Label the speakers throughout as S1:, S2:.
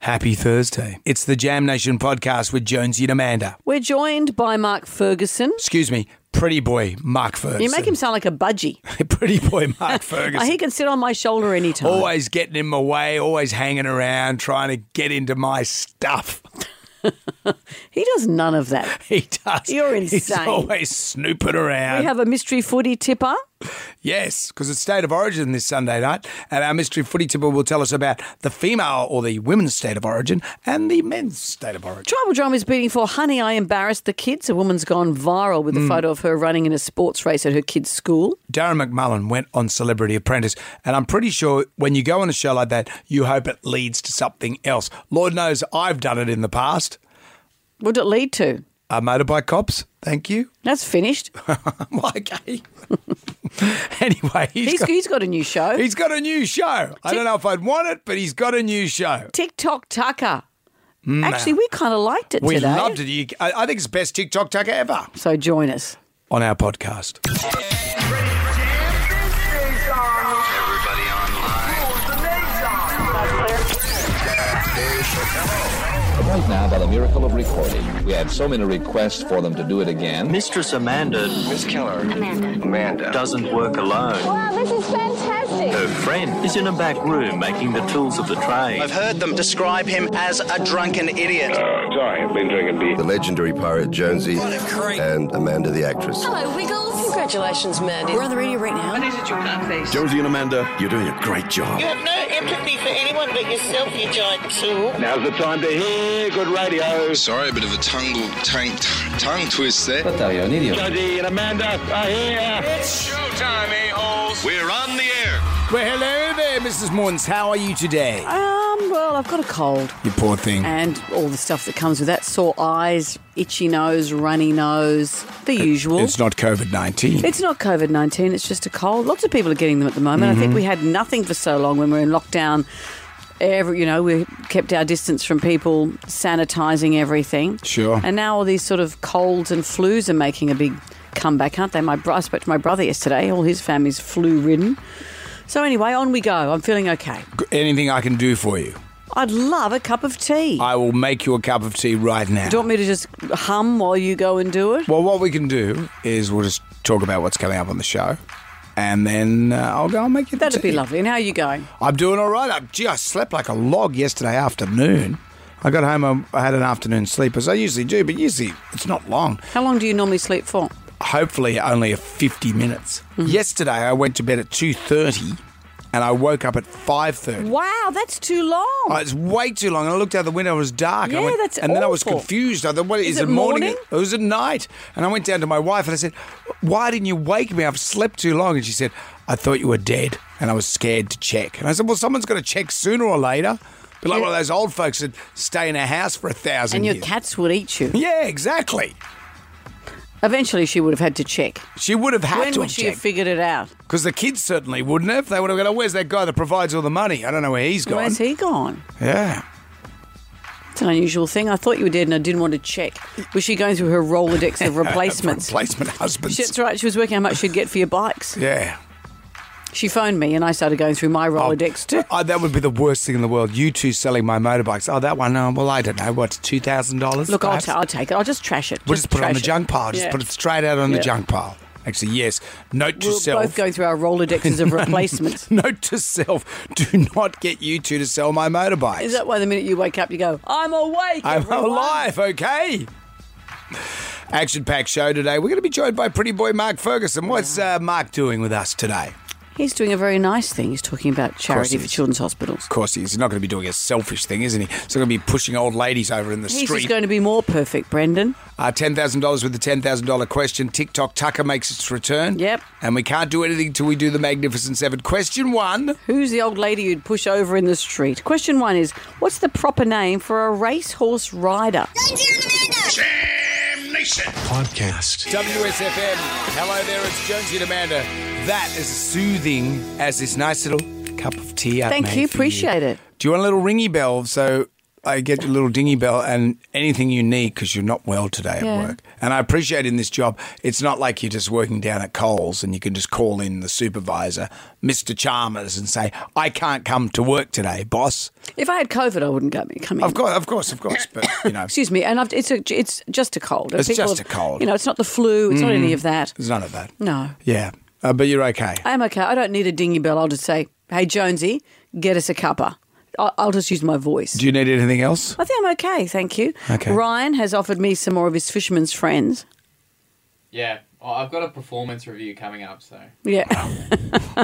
S1: Happy Thursday. It's the Jam Nation podcast with Jonesy and Amanda.
S2: We're joined by Mark Ferguson.
S1: Excuse me, pretty boy Mark Ferguson.
S2: You make him sound like a budgie.
S1: pretty boy Mark Ferguson. Oh,
S2: He can sit on my shoulder anytime.
S1: always getting in my way, always hanging around, trying to get into my stuff.
S2: He does none of that.
S1: He does.
S2: You're
S1: He's
S2: insane.
S1: always snooping
S2: We
S1: around.
S2: have a mystery footy tipper.
S1: yes, because it's State of Origin this Sunday night, and our mystery footy tipper will tell us about the female or the women's state of origin and the men's state of origin.
S2: Tribal Drum is beating for Honey, I Embarrassed the Kids. A woman's gone viral
S1: Hmm.
S2: with a photo of her running in a sports race at her kid's school.
S1: Darren McMullen went on Celebrity Apprentice, and I'm pretty sure when you go on a show like that, you hope it leads to something else. Lord knows I've done it in the past.
S2: What did it lead to?
S1: Uh, motorbike cops, thank you.
S2: That's finished.
S1: I'm like, okay. anyway,
S2: He's,
S1: he's got,
S2: he's got a new show.
S1: he's got a new show. I don't know if I'd want it, but he's got a new show.
S2: TikTok Tucker. Actually, we kind of liked it
S1: We
S2: today.
S1: loved it. You- I I think it's the best TikTok tucker ever
S2: So join us.
S1: on our podcast.
S3: Everybody
S4: Right now, by the miracle of recording, we had so many requests for them to do it again.
S3: Mistress Amanda. Miss Keller.
S5: Amanda.
S3: Amanda. Doesn't work alone.
S5: Wow, this is fantastic.
S3: Her friend is in a back room making the tools of the trade.
S6: I've heard them describe him as a drunken idiot.
S7: Uh, Sorry, I've been drinking beer.
S8: the legendary pirate Jonesy and Amanda the actress.
S5: Hello, Wiggles. Congratulations, man. We're on the radio right now.
S8: Jonesy and Amanda, you're doing a great job.
S9: You have no empathy for anyone but yourself, you giant tool.
S7: Now's the time to hear good radio.
S10: Sorry, a bit of a tongue, tongue, tongue twist there.
S4: What are you, an idiot?
S7: Jonesy and Amanda are here.
S10: We're on the air.
S1: Well, hello there, Mrs. Moons. How are you today?
S2: Um, well, I've got a cold.
S1: You poor thing.
S2: and all the stuff that comes with that sore eyes, itchy nose, runny nose, the usual.
S1: It's not COVID 19.
S2: It's not COVID 19, it's just a cold. Lots of people are getting them at the moment. I think we had nothing for so long when we were in lockdown. Every, you know, we kept our distance from people, sanitizing everything.
S1: Sure.
S2: And now all these sort of colds and flus are making a big comeback, aren't they? My bro- I spoke to my brother yesterday. All his family's flu ridden. So anyway, on we go. I'm feeling okay.
S1: Anything I can do for you?
S2: I'd love a cup of tea.
S1: I will make you a cup of tea right now.
S2: Do you want me to just hum while you go and do it?
S1: Well, what we can do is we'll just talk about what's coming up on the show, and then uh, I'll go and make you. the
S2: That'd be
S1: tea.
S2: lovely. And how are you going?
S1: I'm doing all right. I, gee, I slept like a log yesterday afternoon. I got home. um, I, I had an afternoon sleep as I usually do, but usually it's not long.
S2: How long do you normally sleep for?
S1: Hopefully, only a 50 minutes.
S2: Mm-hmm.
S1: Yesterday, I went to bed at 2:30, and I woke up at 5:30.
S2: Wow, that's too long.
S1: Oh, it's way too long. And I looked out the window, it was dark. and I
S2: Yeah,
S1: went-
S2: that's
S1: And then I was
S2: awful.
S1: confused. I thought, what is,
S2: Is
S1: it,
S2: it
S1: morning?
S2: morning?
S1: It was at night. And I went down to my wife and I said, Why didn't you wake me? I've slept too long. And she said, I thought you were dead. And I was scared to check. And I said, Well, someone's got to check sooner or later. Be like
S2: Yeah.
S1: one of those old folks that stay in a house for a thousand
S2: and your
S1: years.
S2: cats would eat you.
S1: yeah, exactly.
S2: Eventually, she would have had to check.
S1: She would have had
S2: when
S1: to
S2: would she have
S1: check
S2: figured it out?
S1: because the kids certainly wouldn't have. They would have gone, oh, "Where's that guy that provides all the money? I don't know where he's gone."
S2: Where's he gone?
S1: Yeah,
S2: It's an unusual thing. I thought you were dead, and I didn't want to check. Was she going through her Rolodex of replacements?
S1: replacement husbands.
S2: She- That's right. She was working how much she'd get for your bikes.
S1: Yeah,
S2: She phoned me, and I started going through my Rolodex too.
S1: Oh, that would be the worst thing in the world. You two selling my motorbikes. Oh, that one. Oh, well, I don't know. What's two thousand dollars?
S2: Look, I'll, ta- I'll take it. I'll just trash it.
S1: we'll just put it on
S2: trash
S1: the junk pile. Just
S2: Yeah.
S1: put it straight out on
S2: Yeah.
S1: the junk pile. Actually, yes. Note to
S2: We're both
S1: self.
S2: going through our Rolodexes of replacements.
S1: Note to self: Do not get you two to sell my motorbikes.
S2: Is that why the minute you wake up, you go, I'm awake?
S1: I'm
S2: everyone."
S1: alive. Okay. Action packed show today. We're going to be joined by pretty boy Mark Ferguson. What's uh, Mark doing with us today?
S2: He's doing a very nice thing. He's talking about
S1: he
S2: charity for
S1: is.
S2: children's hospitals.
S1: Of course, he's not going to be doing a selfish thing, isn't he? He's not going to be pushing old ladies over in the
S2: He's
S1: street.
S2: just going to be more perfect, Brendan.
S1: Uh, $10,000 with the $10,000 question. TikTok Tucker makes its return.
S2: Yep.
S1: And we can't do anything till we do the Magnificent Seven. Question one.
S2: Who's the old lady you'd push over in the street? Question one is What's the proper name for a racehorse rider?
S1: WSFM. Hello there, it's Jonesy and Amanda. That is soothing as this nice little cup of tea I've
S2: Thank
S1: made
S2: you,
S1: for
S2: appreciate it.
S1: Do you want a little ringy bell so I get your little dingy bell and anything you need because you're not well today
S2: Yeah.
S1: at work. And I appreciate in this job, it's not like you're just working down at Coles and you can just call in the supervisor, Mr. Chalmers, and say, I can't come to work today, boss.
S2: If I had COVID, I wouldn't go come in.
S1: Of course, of course, of course. But, you know,
S2: Excuse me, and I've, it's a, it's just a cold.
S1: It's
S2: People
S1: just
S2: have-
S1: a cold. Mm.
S2: You know, it's not the flu. It's not any of that.
S1: there's none of that.
S2: No,
S1: Yeah. Uh, but you're okay.
S2: I am okay. I don't need a dingy bell. I'll just say, "Hey Jonesy, get us a cuppa." I'll, I'll just use my voice.
S1: Do you need anything else?
S2: I think I'm okay, thank you.
S1: Okay.
S2: Ryan has offered me some more of his fisherman's friends.
S11: Yeah, well, I've got a performance review coming up, so
S2: Yeah,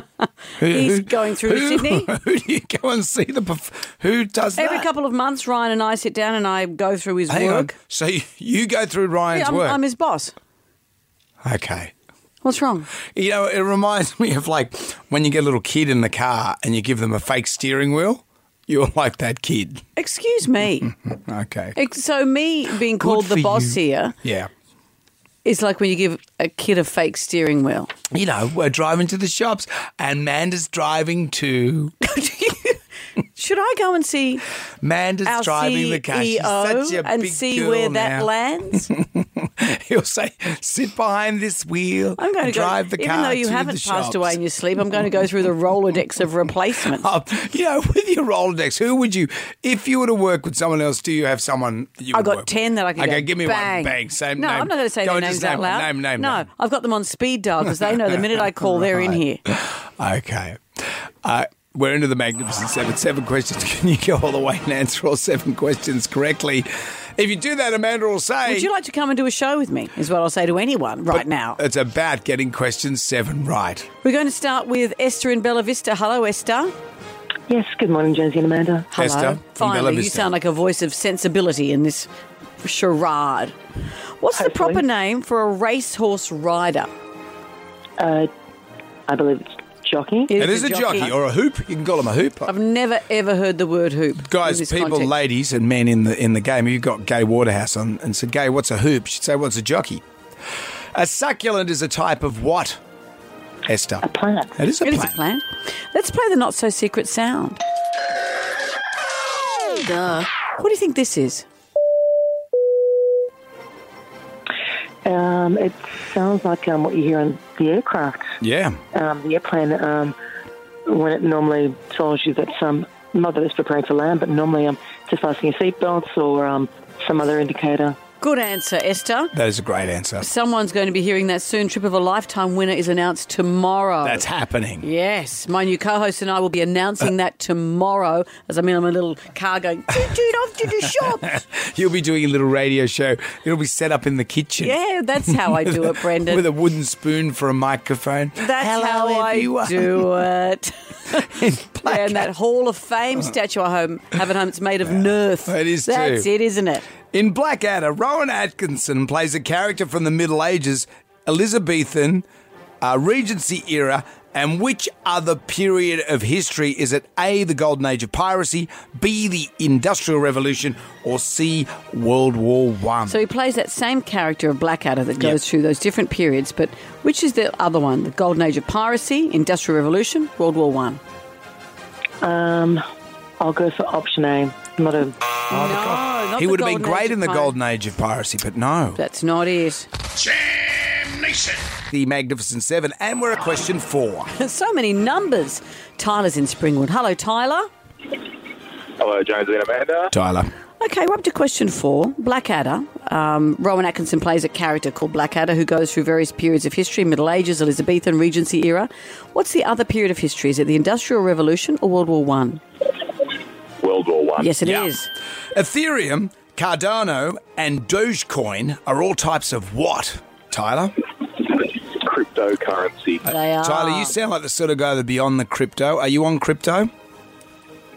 S2: he's going through to Sydney.
S1: Who do you go and see the? perf- Who does
S2: Every
S1: that?
S2: couple of months, Ryan and I sit down and I go through his
S1: Hang
S2: work.
S1: on. So you- you go through Ryan's
S2: Yeah, I'm,
S1: work.
S2: I'm his boss.
S1: okay.
S2: What's wrong?
S1: You know, it reminds me of like when you get a little kid in the car and you give them a fake steering wheel. You're like that kid.
S2: Excuse me.
S1: Okay.
S2: Ex- so me being called
S1: for
S2: the boss
S1: you.
S2: here
S1: Yeah.
S2: is like when you give a kid a fake steering wheel.
S1: You know, we're driving to the shops and Manda's driving to.
S2: Should I go and see
S1: Manda's
S2: our
S1: driving
S2: CEO
S1: the car. She's such a
S2: and
S1: big
S2: see
S1: girl
S2: where that
S1: now.
S2: lands?
S1: He'll say, sit behind this wheel.
S2: I'm going to
S1: and drive
S2: go,
S1: the car.
S2: even though you
S1: to the
S2: haven't passed
S1: shops.
S2: away in your sleep. I'm going to go through the Rolodex of replacements.
S1: up. You know, with your Rolodex, who would you, if you were to work with someone else, do you have someone you
S2: I
S1: would
S2: got
S1: work
S2: ten
S1: with?
S2: that I can
S1: okay,
S2: go,
S1: give me
S2: bang.
S1: one. Bang, same
S2: no,
S1: name.
S2: I'm not going to say
S1: Go
S2: their
S1: and
S2: names
S1: just
S2: out
S1: name,
S2: loud.
S1: Name, name,
S2: no,
S1: name.
S2: I've got them on speed dial because they know the minute I call, they're in here.
S1: Okay. Uh, we're into the Magnificent Seven. Seven questions. Can you go all the way and answer all seven questions correctly? If you do that, Amanda will say.
S2: Would you like to come and do a show with me? Is what I'll say to anyone right now.
S1: It's about getting question seven right.
S2: We're going to start with Esther in Bella Vista. Hello, Esther.
S9: Yes, good morning, Josie and Amanda.
S2: Hello.
S1: Esther from
S2: Finally,
S1: Bella
S2: you
S1: Vista.
S2: sound like a voice of sensibility in this charade. What's the
S9: Hopefully.
S2: proper name for a racehorse rider?
S9: Uh, I believe it's jockey.
S1: It is a jockey. or a hoop. You can call him a hoop.
S2: I've never ever heard the word hoop. in
S1: Guys,
S2: this
S1: people,
S2: context.
S1: ladies, and men in the in the game. If you've got Gay Waterhouse on and said, "Gay, what's a hoop?" She'd say, "What's a jockey?" A succulent is a type of what? Esther.
S9: A plant.
S1: It is a
S2: It is
S1: plant.
S2: a plan. Let's play the not so secret sound.
S5: Duh.
S2: What do you think this is?
S9: Um, it sounds like um, what you hear on the aircraft,
S1: Yeah.
S9: um, the airplane, um, when it normally tells you that some, not that it's preparing to land, but normally um, just asking your seatbelts or um, some other indicator.
S2: Good answer, Esther.
S1: That is a great answer.
S2: Someone's going to be hearing that soon. Trip of a lifetime winner is announced tomorrow.
S1: That's Uh. happening.
S2: Yes, my new co-host and I will be announcing that tomorrow. As I'm in my little car going, toot toot off to the shops.
S1: You'll be doing a little radio show. It'll be set up in the kitchen.
S2: Yeah, that's how I do it, Brendan.
S1: With a wooden spoon for a microphone.
S2: that's
S1: Hello,
S2: how
S1: everyone.
S2: I do it.
S1: Black-
S2: Yeah, and that Hall of Fame statue I home, have at home, it's made of nerf.
S1: Uh-huh. It is
S2: That's
S1: too.
S2: it, isn't it?
S1: In Blackadder, Rowan Atkinson plays a character from the Middle Ages, Elizabethan, uh, Regency era, and which other period of history is it? A, the Golden Age of piracy, B, the Industrial Revolution, or C, World War One?
S2: So he plays that same character of Blackadder that goes through those different periods, but which is the other one? The Golden Age of piracy, Industrial Revolution, World War One.
S9: Um, I'll go for option A. Not a.
S2: no, not
S1: Oh, he
S2: the
S1: would have been
S2: Golden Age
S1: great
S2: of
S1: in the
S2: Pir-
S1: Golden Age of piracy, but no.
S2: That's not it.
S10: Jam Nation.
S1: The Magnificent Seven, and we're at question four.
S2: so many numbers. Tyler's in Springwood. Hello, Tyler.
S7: Hello, Jonesy and Amanda.
S1: Tyler.
S2: Okay, we're up to question four. Blackadder. Um, Rowan Atkinson plays a character called Blackadder who goes through various periods of history Middle Ages, Elizabethan, Regency era. What's the other period of history? Is it the Industrial Revolution or World War One?
S7: World War One.
S2: Yes, it is.
S1: Yeah. Ethereum, Cardano, and Dogecoin are all types of what, Tyler?
S7: Cryptocurrency.
S2: They are.
S1: Uh, Tyler, you sound like the sort of guy that'd be on the crypto. Are you on crypto?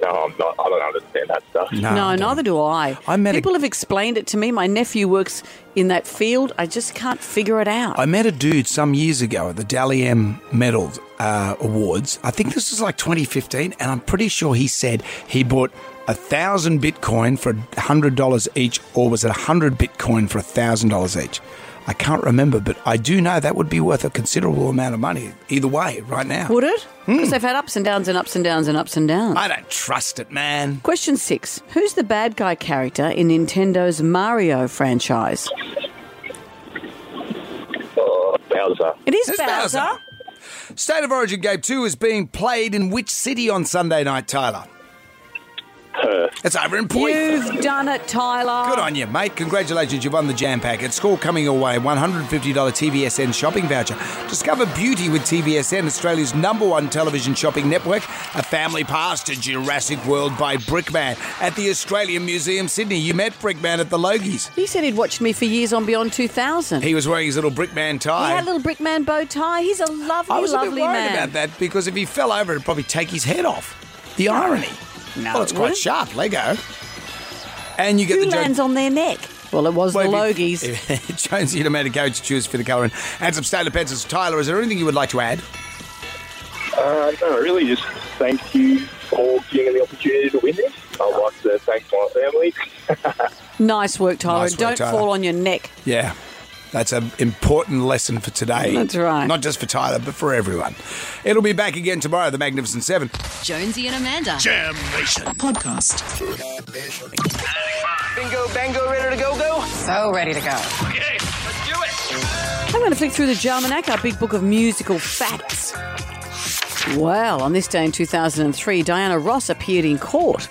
S7: No, I'm not. I don't understand that stuff.
S2: No,
S1: I don't.
S2: neither do I.
S1: I met a-
S2: People have explained it to me. My nephew works in that field. I just can't figure it out.
S1: I met a dude some years ago at the Dally M Medal uh, Awards. I think this was like 2015, and I'm pretty sure he said he bought a thousand Bitcoin for hundred dollars each, or was it a hundred Bitcoin for a thousand dollars each? I can't remember, but I do know that would be worth a considerable amount of money either way right now.
S2: Would it?
S1: Hmm.
S2: Because they've had ups and downs and ups and downs and ups and downs.
S1: I don't trust it, man.
S2: Question six Who's the bad guy character in Nintendo's Mario franchise?
S7: Uh, Bowser.
S2: It is
S1: It's
S2: Bowser.
S1: State of Origin Game 2 is being played in which city on Sunday night, Tyler?
S7: Perth.
S1: It's over in Point.
S2: You've done it, Tyler.
S1: Good on you, mate. Congratulations, you won the jam pack. At school coming your way, $150 TVSN shopping voucher. Discover beauty with TVSN, Australia's number one television shopping network. A family pass to Jurassic World by Brickman. At the Australian Museum, Sydney, you met Brickman at the Logies.
S2: He said he'd watched me for years on Beyond 2000.
S1: He was wearing his little Brickman
S2: He
S1: tie.
S2: had a little brickman bow tie. He's a lovely,
S1: I was a bit
S2: lovely
S1: worried
S2: man.
S1: about that because if he fell over, it'd probably take his head off. The irony.
S2: No,
S1: well, it's
S2: it
S1: quite
S2: wouldn't.
S1: sharp, Lego. And you get
S2: Who
S1: the joke.
S2: lands on their neck? Well, it was the
S1: Well, if you-
S2: Logies.
S1: Jonesy, you made a go to choose for the colouring. And some state of pencils. Tyler, is there anything you would like to add?
S7: Uh, no, really, just thank you for giving me the opportunity to win this. I'd like to thank my family.
S2: Nice work, Tyler.
S1: Nice work,
S2: Don't
S1: Tyler.
S2: fall on your neck.
S1: Yeah. That's an important lesson for today.
S2: That's right.
S1: Not just for Tyler, but for everyone. It'll be back again tomorrow, The Magnificent Seven.
S12: Jonesy and Amanda.
S10: Jam Nation.
S12: Podcast.
S6: Bingo, bango, ready to go, go?
S12: So ready to go.
S6: Okay, let's do it.
S2: I'm going to flick through the Germanac, our big book of musical facts. Well, on this day in 2003, Diana Ross appeared in court,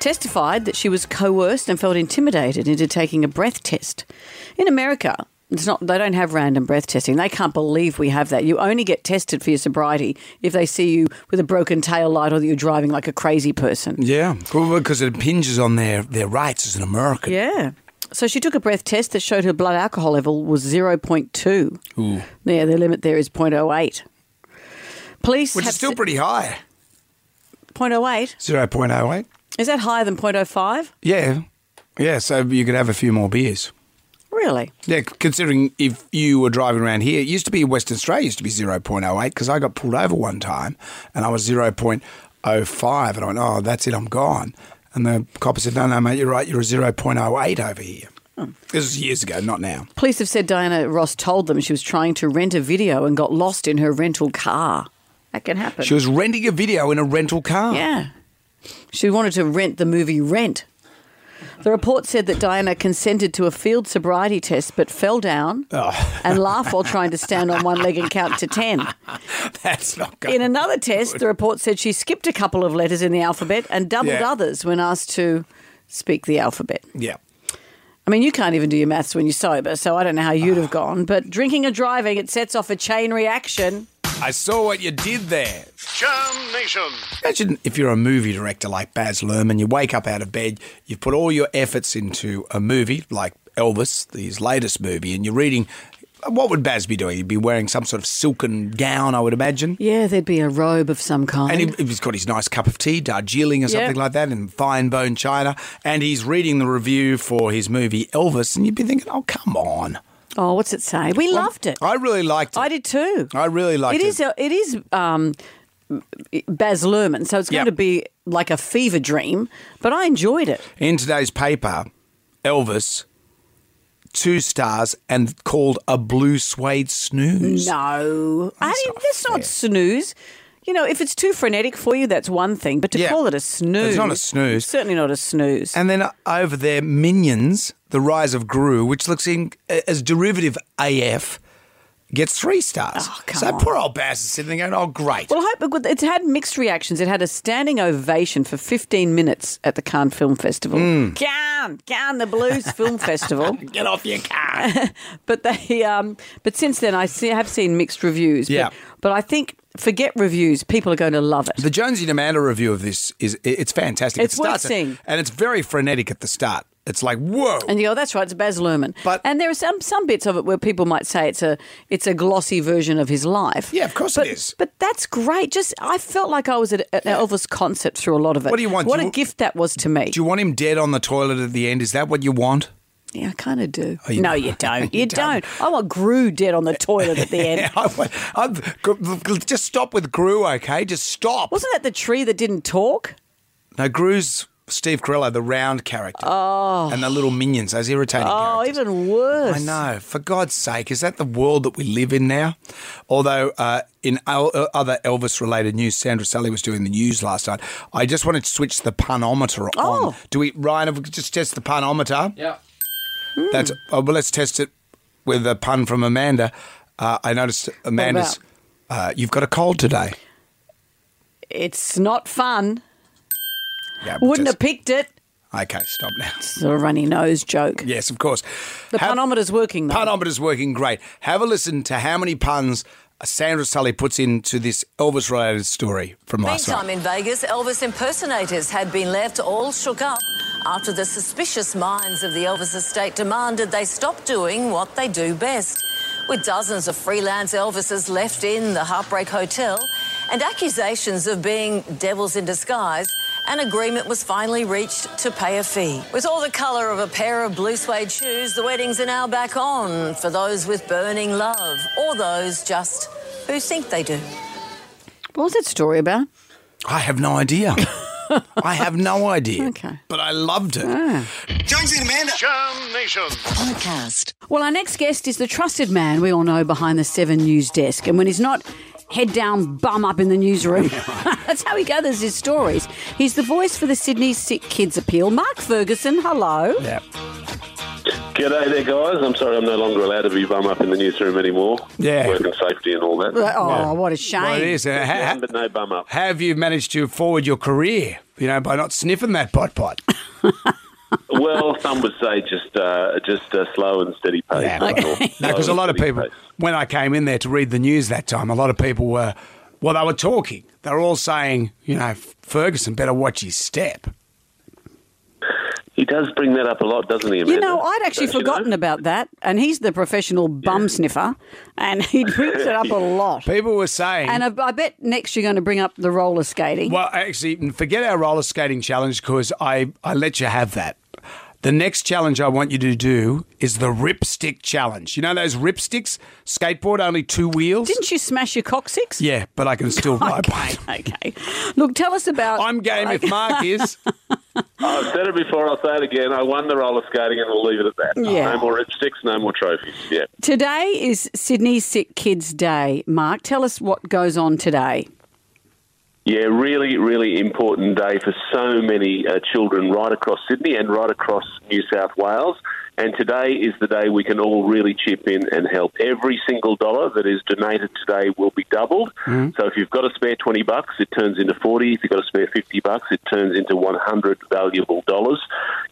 S2: testified that she was coerced and felt intimidated into taking a breath test. In America, it's not they don't have random breath testing. They can't believe we have that. You only get tested for your sobriety if they see you with a broken tail light or that you're driving like a crazy person.
S1: Yeah, probably because it impinges on their, their rights as an American.
S2: Yeah. So she took a breath test that showed her blood alcohol level was 0.2.
S1: Ooh.
S2: Yeah, the limit there is 0.08. Police
S1: Which
S2: have
S1: is still
S2: s-
S1: pretty high.
S2: 0.08.
S1: 0.08?
S2: Is that higher than 0.05?
S1: Yeah. Yeah, so you could have a few more beers.
S2: Really?
S1: Yeah, considering if you were driving around here, it used to be Western Australia used to be 0.08 because I got pulled over one time and I was 0.05 and I went, oh, that's it, I'm gone. And the copper said, no, no, mate, you're right, you're a 0.08 over here. This was years ago, not now.
S2: Police have said Diana Ross told them she was trying to rent a video and got lost in her rental car. That can happen.
S1: She was renting a video in a rental car.
S2: Yeah. She wanted to rent the movie Rent. The report said that Diana consented to a field sobriety test but fell down
S1: Oh.
S2: and laughed while trying to stand on one leg and count to 10.
S1: That's not good.
S2: In another test, the report said she skipped a couple of letters in the alphabet and doubled
S1: Yeah.
S2: others when asked to speak the alphabet.
S1: Yeah.
S2: I mean, you can't even do your maths when you're sober, so I don't know how you'd have
S1: Ah.
S2: gone. But drinking and driving, it sets off a chain reaction.
S1: I saw what you did there.
S10: Jam Nation.
S1: Imagine if you're a movie director like Baz Luhrmann, you wake up out of bed, you've put all your efforts into a movie like Elvis, his latest movie, and you're reading. What would Baz be doing? He'd be wearing some sort of silken gown, I would imagine.
S2: Yeah, there'd be a robe of some kind.
S1: And he, he's got his nice cup of tea, Darjeeling or
S2: Yeah.
S1: something like that, in fine bone china. And he's reading the review for his movie Elvis, and you'd be thinking, oh, come on.
S2: oh, what's it say? We
S1: Well,
S2: loved it.
S1: I really liked it.
S2: I did too.
S1: I really liked it.
S2: It is. It is um, Baz Luhrmann, so it's going
S1: Yep.
S2: to be like a fever dream. But I enjoyed it.
S1: In today's paper, Elvis, two stars, and called a blue suede snooze.
S2: No, I mean that's not snooze. You know, if it's too frenetic for you, that's one thing. But to
S1: Yeah.
S2: call it a snooze,
S1: It's not a snooze.
S2: Certainly not a snooze.
S1: And then uh, over there, Minions, The Rise of Gru, which looks in, as derivative AF, gets three stars.
S2: Oh, come
S1: so
S2: on.
S1: poor old Bass is sitting there going, oh, great.
S2: Well, I hope it good- it's had mixed reactions. It had a standing ovation for 15 minutes at the Cannes Film Festival. Cannes, Cannes, the Blues Film Festival.
S1: Mm. Get off your car.
S2: But they, um, but since then, I see, have seen mixed reviews. But-
S1: Yeah.
S2: But, I think forget reviews. People are going to love it.
S1: the Jonesy and Amanda review of this is i- it's fantastic.
S2: It's
S1: it
S2: worth
S1: starts at-
S2: seeing.
S1: and it's very frenetic at the start. It's like, whoa.
S2: And you go, oh, that's right, it's Baz Luhrmann.
S1: But-
S2: and there are some some bits of it where people might say it's a it's a glossy version of his life.
S1: Yeah, of course
S2: but,
S1: it is.
S2: But that's great. Just I felt like I was at an Elvis concert through a lot of it.
S1: What do you want?
S2: What
S1: Do
S2: a
S1: you-
S2: gift that was to me.
S1: Do you want him dead on the toilet at the end? Is that what you want?
S2: Yeah, I kind of do.
S1: you
S2: no,
S1: don't.
S2: you don't.
S1: You
S2: You,
S1: don't.
S2: don't. I want Gru dead on the toilet at the end.
S1: I, I, just stop with Gru, okay? Just stop.
S2: Wasn't that the tree that didn't talk?
S1: No, Gru's Steve Carello, the round character,
S2: Oh.
S1: and the little minions, those irritating
S2: Oh, even worse.
S1: I know. For God's sake, is that the world that we live in now? Although, uh, in o- uh, other Elvis related news, Sandra Sally was doing the news last night. I just wanted to switch the punometer
S2: Oh.
S1: on. Do we, Ryan, if we could just test the punometer?
S11: Yeah.
S2: Mm.
S1: That's, oh, well, let's test it with a pun from Amanda. Uh, I noticed Amanda's, uh, you've got a cold today.
S2: It's not fun.
S1: Yeah, but
S2: Wouldn't
S1: just-
S2: have picked it.
S1: Okay, stop now.
S2: It's a runny nose joke.
S1: Yes, of course.
S2: The punometer's working though.
S1: Punometer's working great. Have a listen to how many puns Sandra Sully puts into this Elvis related story from last night.
S13: Meantime, in Vegas, Elvis impersonators had been left all shook up after the suspicious minds of the Elvis estate demanded they stop doing what they do best. With dozens of freelance Elvises left in the Heartbreak Hotel and accusations of being devils in disguise, an agreement was finally reached to pay a fee. With all the colour of a pair of blue suede shoes, the weddings are now back on for those with burning love or those just who think they do.
S2: What was that story about?
S1: I have no idea. I have no idea.
S2: Okay.
S1: But I loved it.
S10: Jonesy and Amanda. Jam Nation.
S2: Podcast. Well, our next guest is the trusted man we all know behind the Seven News desk. And when he's not head down, bum up in the newsroom, that's how he gathers his stories. He's the voice for the Sydney Sick Kids Appeal. Mark Ferguson, hello.
S1: Yeah.
S14: G'day there, guys. I'm sorry I'm no longer allowed to be bum up in the newsroom anymore.
S1: Yeah.
S14: Work and safety and all that.
S2: Oh, what a shame.
S1: Well, it is. Uh, ha- ha-
S14: but no bum up.
S1: have you managed to forward your career, you know, by not sniffing that pot pot?
S14: well, some would say just uh, just uh, slow and steady pace.
S1: No, because a lot of people, when I came in there to read the news that time, a lot of people were, well, they were talking. They were all saying, you know, Ferguson better watch his step.
S14: He does bring that up a lot, doesn't he? Amanda?
S2: You know, I'd actually
S14: Don't you know?
S2: forgotten about that. And he's the professional bum sniffer, and he brings it up a lot.
S1: People were saying.
S2: And I, I bet next you're going to bring up the roller skating.
S1: Well, actually, forget our roller skating challenge because I, I let you have that. The next challenge I want you to do is the ripstick challenge. You know those ripsticks? Skateboard, only two wheels?
S2: Didn't you smash your coccyx?
S1: Yeah, but I can still ride bike.
S2: Okay. Look, tell us about.
S1: I'm game if Mark is.
S14: I've said it before. I'll say it again. I won the roller skating, and we'll leave it at that.
S2: Yeah.
S14: No more sticks, no more trophies. Yeah.
S2: Today is Sydney Sick Kids Day. Mark, tell us what goes on today.
S14: Yeah, really, really important day for so many uh, children right across Sydney and right across New South Wales. And today is the day we can all really chip in and help. Every single dollar that is donated today will be doubled. So if you've got a spare 20 bucks, it turns into 40. If you've got a spare 50 bucks, it turns into 100 valuable dollars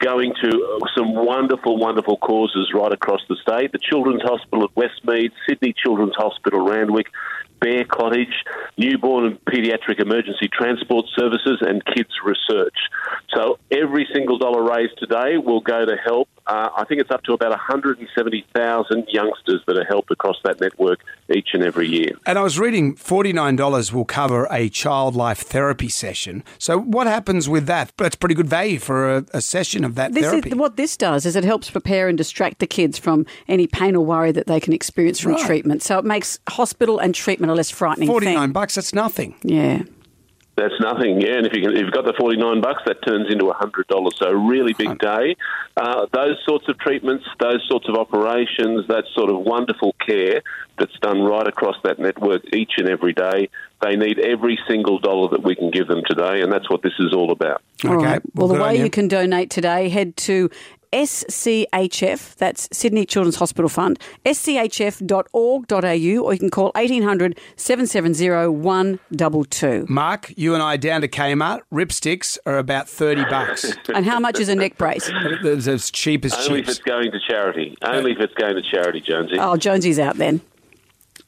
S14: going to uh, some wonderful, wonderful causes right across the state. The Children's Hospital at Westmead, Sydney Children's Hospital Randwick, Bear Cottage, Newborn and Paediatric Emergency Transport Services, and Kids Research. So every single dollar raised today will go to help. Uh, I think it's up to about 170,000 youngsters that are helped across that network each and every year.
S1: And I was reading $49 will cover a child life therapy session. So, what happens with that? That's pretty good value for a, a session of that
S2: This
S1: therapy.
S2: is what this does is it helps prepare and distract the kids from any pain or worry that they can experience from
S1: Right.
S2: treatment. So it makes hospital and treatment a less frightening
S1: 49
S2: thing.
S1: bucks, that's nothing.
S2: Yeah.
S14: That's nothing, yeah. And if, you can, if you've got the forty nine bucks, that turns into hundred dollars. So a really big day. Uh, those sorts of treatments, those sorts of operations, that sort of wonderful care that's done right across that network each and every day. They need every single dollar that we can give them today, and that's what this is all about.
S1: Okay.
S2: All right. Well,
S1: good
S2: the
S1: on
S2: way
S1: you.
S2: you can donate today, head to SCHF, that's Sydney Children's Hospital Fund, schf.org.au, or you can call 1800 770 122.
S1: Mark, you and I down to Kmart. Ripsticks are about 30 bucks.
S2: And how much is a neck brace?
S1: It's as cheap as
S14: Only if
S1: chips.
S14: it's going to charity. Only if it's going to charity, Jonesy.
S2: Oh, Jonesy's out then.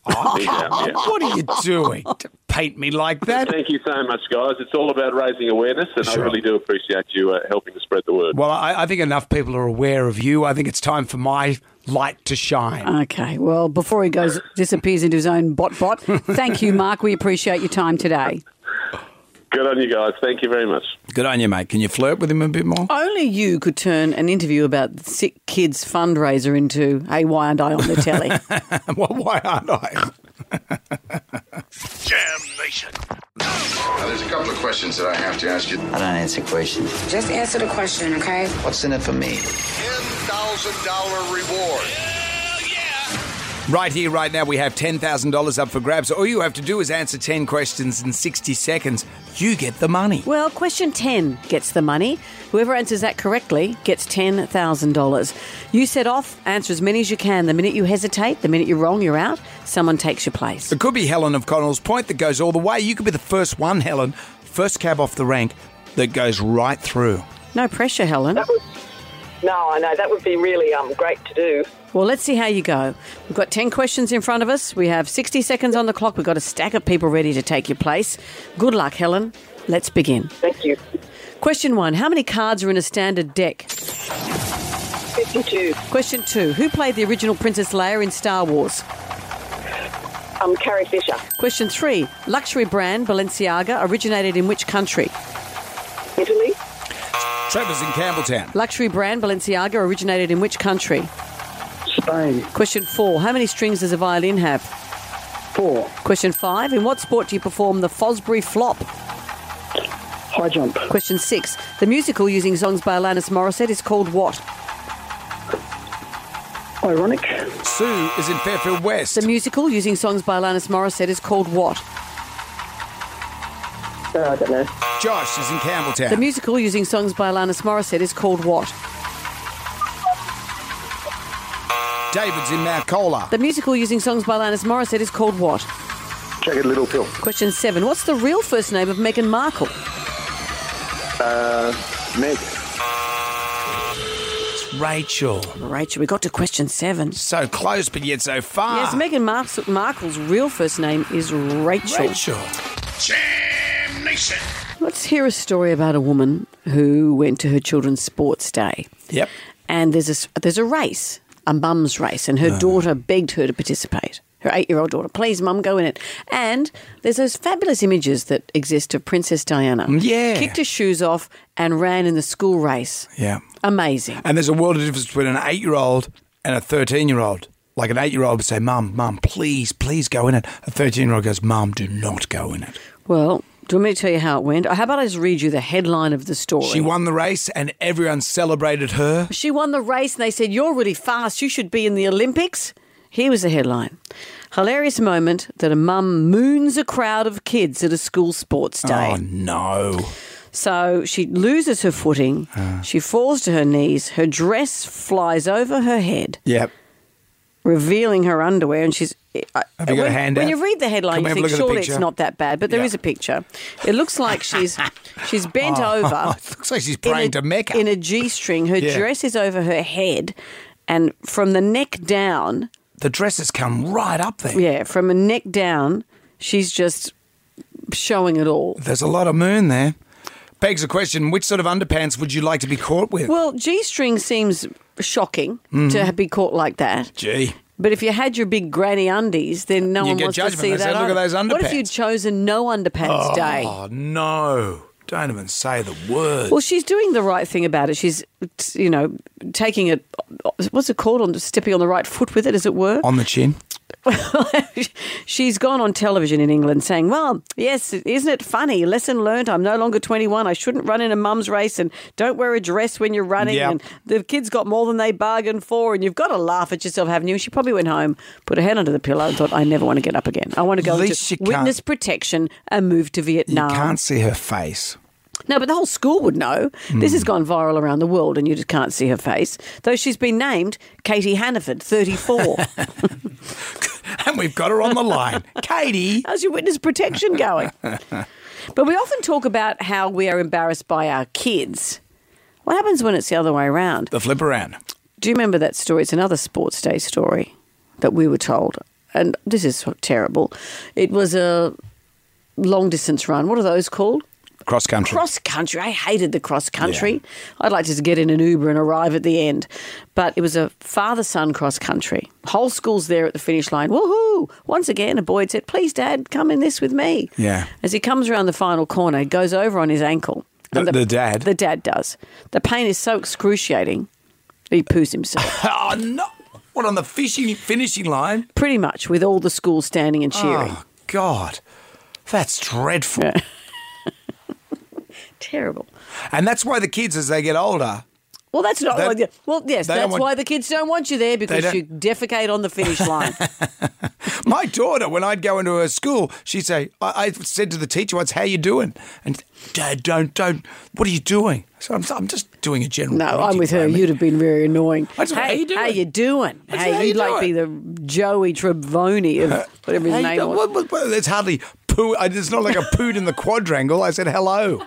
S14: He's out, yeah.
S1: What are you doing? To paint me like that?
S14: Thank you so much, guys. It's all about raising awareness, and I really do appreciate you uh, helping to spread the word.
S1: Well, I, I think enough people are aware of you. I think it's time for my light to shine.
S2: Okay, well, before he goes disappears into his own bot bot, thank you, Mark. We appreciate your time today.
S14: Good on you guys. Thank you very much.
S1: Good on you, mate. Can you flirt with him a bit more?
S2: Only you could turn an interview about the sick kids fundraiser into, hey, why aren't I on the telly?
S1: Why aren't I?
S10: Jam Nation. Now, there's a couple of questions that I have to ask you. I don't answer questions.
S12: Just answer the question, okay?
S10: What's in it for me? $10,000 reward.
S1: Right here, right now, we have $10,000 up for grabs. All you have to do is answer 10 questions in 60 seconds. You get the money.
S2: Well, question 10 gets the money. Whoever answers that correctly gets $10,000. You set off, answer as many as you can. The minute you hesitate, the minute you're wrong, you're out. Someone takes your place.
S1: It could be Helen of Connell's Point that goes all the way. You could be the first one, Helen, first cab off the rank that goes right through.
S2: No pressure, Helen.
S15: No, I know that would be really um, great to do.
S2: Well, let's see how you go. We've got 10 questions in front of us. We have 60 seconds on the clock. We've got a stack of people ready to take your place. Good luck, Helen. Let's begin.
S15: Thank you.
S2: Question one How many cards are in a standard deck?
S15: 52.
S2: Question two Who played the original Princess Leia in Star Wars?
S15: Um, Carrie Fisher,
S2: Question three Luxury brand Balenciaga originated in which country?
S15: Italy,
S1: Trevor's in Campbelltown.
S2: Luxury brand Balenciaga originated in which country?
S15: Spain,
S2: Question four How many strings does a violin have?
S15: Four.
S2: Question five In what sport do you perform the Fosbury flop?
S15: high jump,
S2: Question six The musical using songs by Alanis Morissette is called what?
S15: ironic,
S1: Sue is in Fairfield West.
S2: The musical using songs by Alanis Morissette is called what?
S15: I don't know,
S1: Josh is in Campbelltown.
S2: The musical using songs by Alanis Morissette is called what?
S1: David's in Mount Cola.
S2: The musical using songs by Alanis Morissette is called what?
S16: Jagged Little Pill.
S2: Question seven What's the real first name of Meghan Markle?
S16: Uh, Meg.
S1: It's Rachel.
S2: Rachel, we got to question seven. Ah.
S1: So close, but yet so far.
S2: Yes, Meghan Marks- Markle's real first name is Rachel.
S1: Rachel.
S10: Damnation.
S2: Let's hear a story about a woman who went to her children's sports day.
S1: Yep.
S2: And there's a, s- there's a race, a mum's race, and her daughter begged her to participate. Her eight year old daughter, please, mum, go in it. And there's those fabulous images that exist of Princess Diana.
S1: Mm, Yeah.
S2: Kicked her shoes off and ran in the school race.
S1: Yeah.
S2: Amazing.
S1: And there's a world of difference between an eight year old and a 13 year old. Like an eight year old would say, Mum, Mum, please, please go in it. A 13 year old goes, Mum, do not go in it.
S2: Well, do you want me to tell you how it went? How about I just read you the headline of the story?
S1: She won the race and everyone celebrated her.
S2: She won the race and they said, You're really fast. You should be in the Olympics. Here was the headline Hilarious moment that a mum moons a crowd of kids at a school sports day.
S1: Oh, no.
S2: So she loses her footing.
S1: Ah.
S2: She falls to her knees. Her dress flies over her head,
S1: Yep.
S2: revealing her underwear. And she's. I-
S1: Have you got a
S2: when,
S1: hand
S2: when
S1: out?
S2: you read the
S1: Can we
S2: headline, you
S1: have a
S2: think
S1: look at the
S2: surely it's
S1: picture?"
S2: not that bad, but there
S1: Yeah.
S2: is a picture. It looks like she's she's bent
S1: Oh.
S2: over
S1: it looks like she's
S2: in
S1: praying
S2: a-
S1: to Mecca.
S2: In a G string. Her
S1: Yeah.
S2: dress is over her head, and from the neck down,
S1: the dresses come right up there.
S2: yeah, from her neck down, she's just showing it all.
S1: There's a lot of moon there. Begs the question which sort of underpants would you like to be caught with?
S2: Well, G string seems shocking
S1: Mm-hmm.
S2: to be caught like that.
S1: Gee.
S2: But if you had your big granny undies, then no
S1: You
S2: one
S1: get
S2: wants
S1: judgment.
S2: to see
S1: They say,
S2: that.
S1: "Look at
S2: either."
S1: those
S2: What if
S1: underpants.
S2: you'd chosen no underpants day?
S1: Oh, no. Don't even say the word.
S2: Well, she's doing the right thing about it. She's, t- you know, taking it. What's it called? On stepping on the right foot with it, as it were.
S1: On the chin.
S2: She's gone on television in England saying, "Well, yes, isn't it funny? Lesson learned. I'm no longer 21. I shouldn't run in a mum's race, and don't wear a dress when you're running.
S1: Yep.
S2: And the kids got more than they bargained for, and you've got to laugh at yourself, haven't you?" She probably went home, put her head under the pillow, and thought, "I never want to get up again. I want to go
S1: At
S2: into
S1: least you can't-
S2: witness protection and move to
S1: You
S2: Vietnam."
S1: can't see her face.
S2: No, but the whole school would know.
S1: Hmm.
S2: This has gone viral around the world, and you just can't see her face. Though she's been named Katie Hannaford, 34.
S1: And we've got her on the line. Katie.
S2: How's your witness protection going? but we often talk about how we are embarrassed by our kids. What happens when it's the other way around?
S1: The flip around.
S2: Do you remember that story? It's another sports day story that we were told. And this is so terrible. It was a long distance run. What are those called?
S1: Cross country.
S2: Cross country. I hated the cross country. I'd like to just get in an Uber and arrive at the end. But it was a father son cross country. Whole school's there at the finish line. Woohoo! Once again, a boy had said, Please, Dad, come in this with me.
S1: Yeah.
S2: As he comes around the final corner, he goes over on his ankle. And
S1: The- the dad?
S2: The dad does. The pain is so excruciating, he poos himself.
S1: Oh, no. What, on the fishing finishing line? Ah.
S2: Pretty much with all the school standing and cheering.
S1: Oh, God. That's dreadful.
S2: Terrible.
S1: And that's why the kids, as they get older,
S2: Well, that's not.
S1: That-
S2: what the- well, yes,
S1: they don't
S2: that's
S1: want-
S2: why the kids don't want you there because
S1: don't-
S2: you defecate on the finish line.
S1: my daughter, when I'd go into her school, she'd say, I, I said to the teacher once, how you doing? And Dad, don't, don't, what are you doing? I said, I'm, I'm just doing a general
S2: No, I'm with her. You'd have been very annoying.
S1: That's what-
S2: hey,
S1: how you doing?
S2: How you doing?
S1: That's
S2: hey,
S1: how you
S2: you'd like be the Joey Treboni of whatever his
S1: Hey,
S2: name was.
S1: what- what- what- it's hardly poo. I- It's not like a pooed in the quadrangle. I said hello.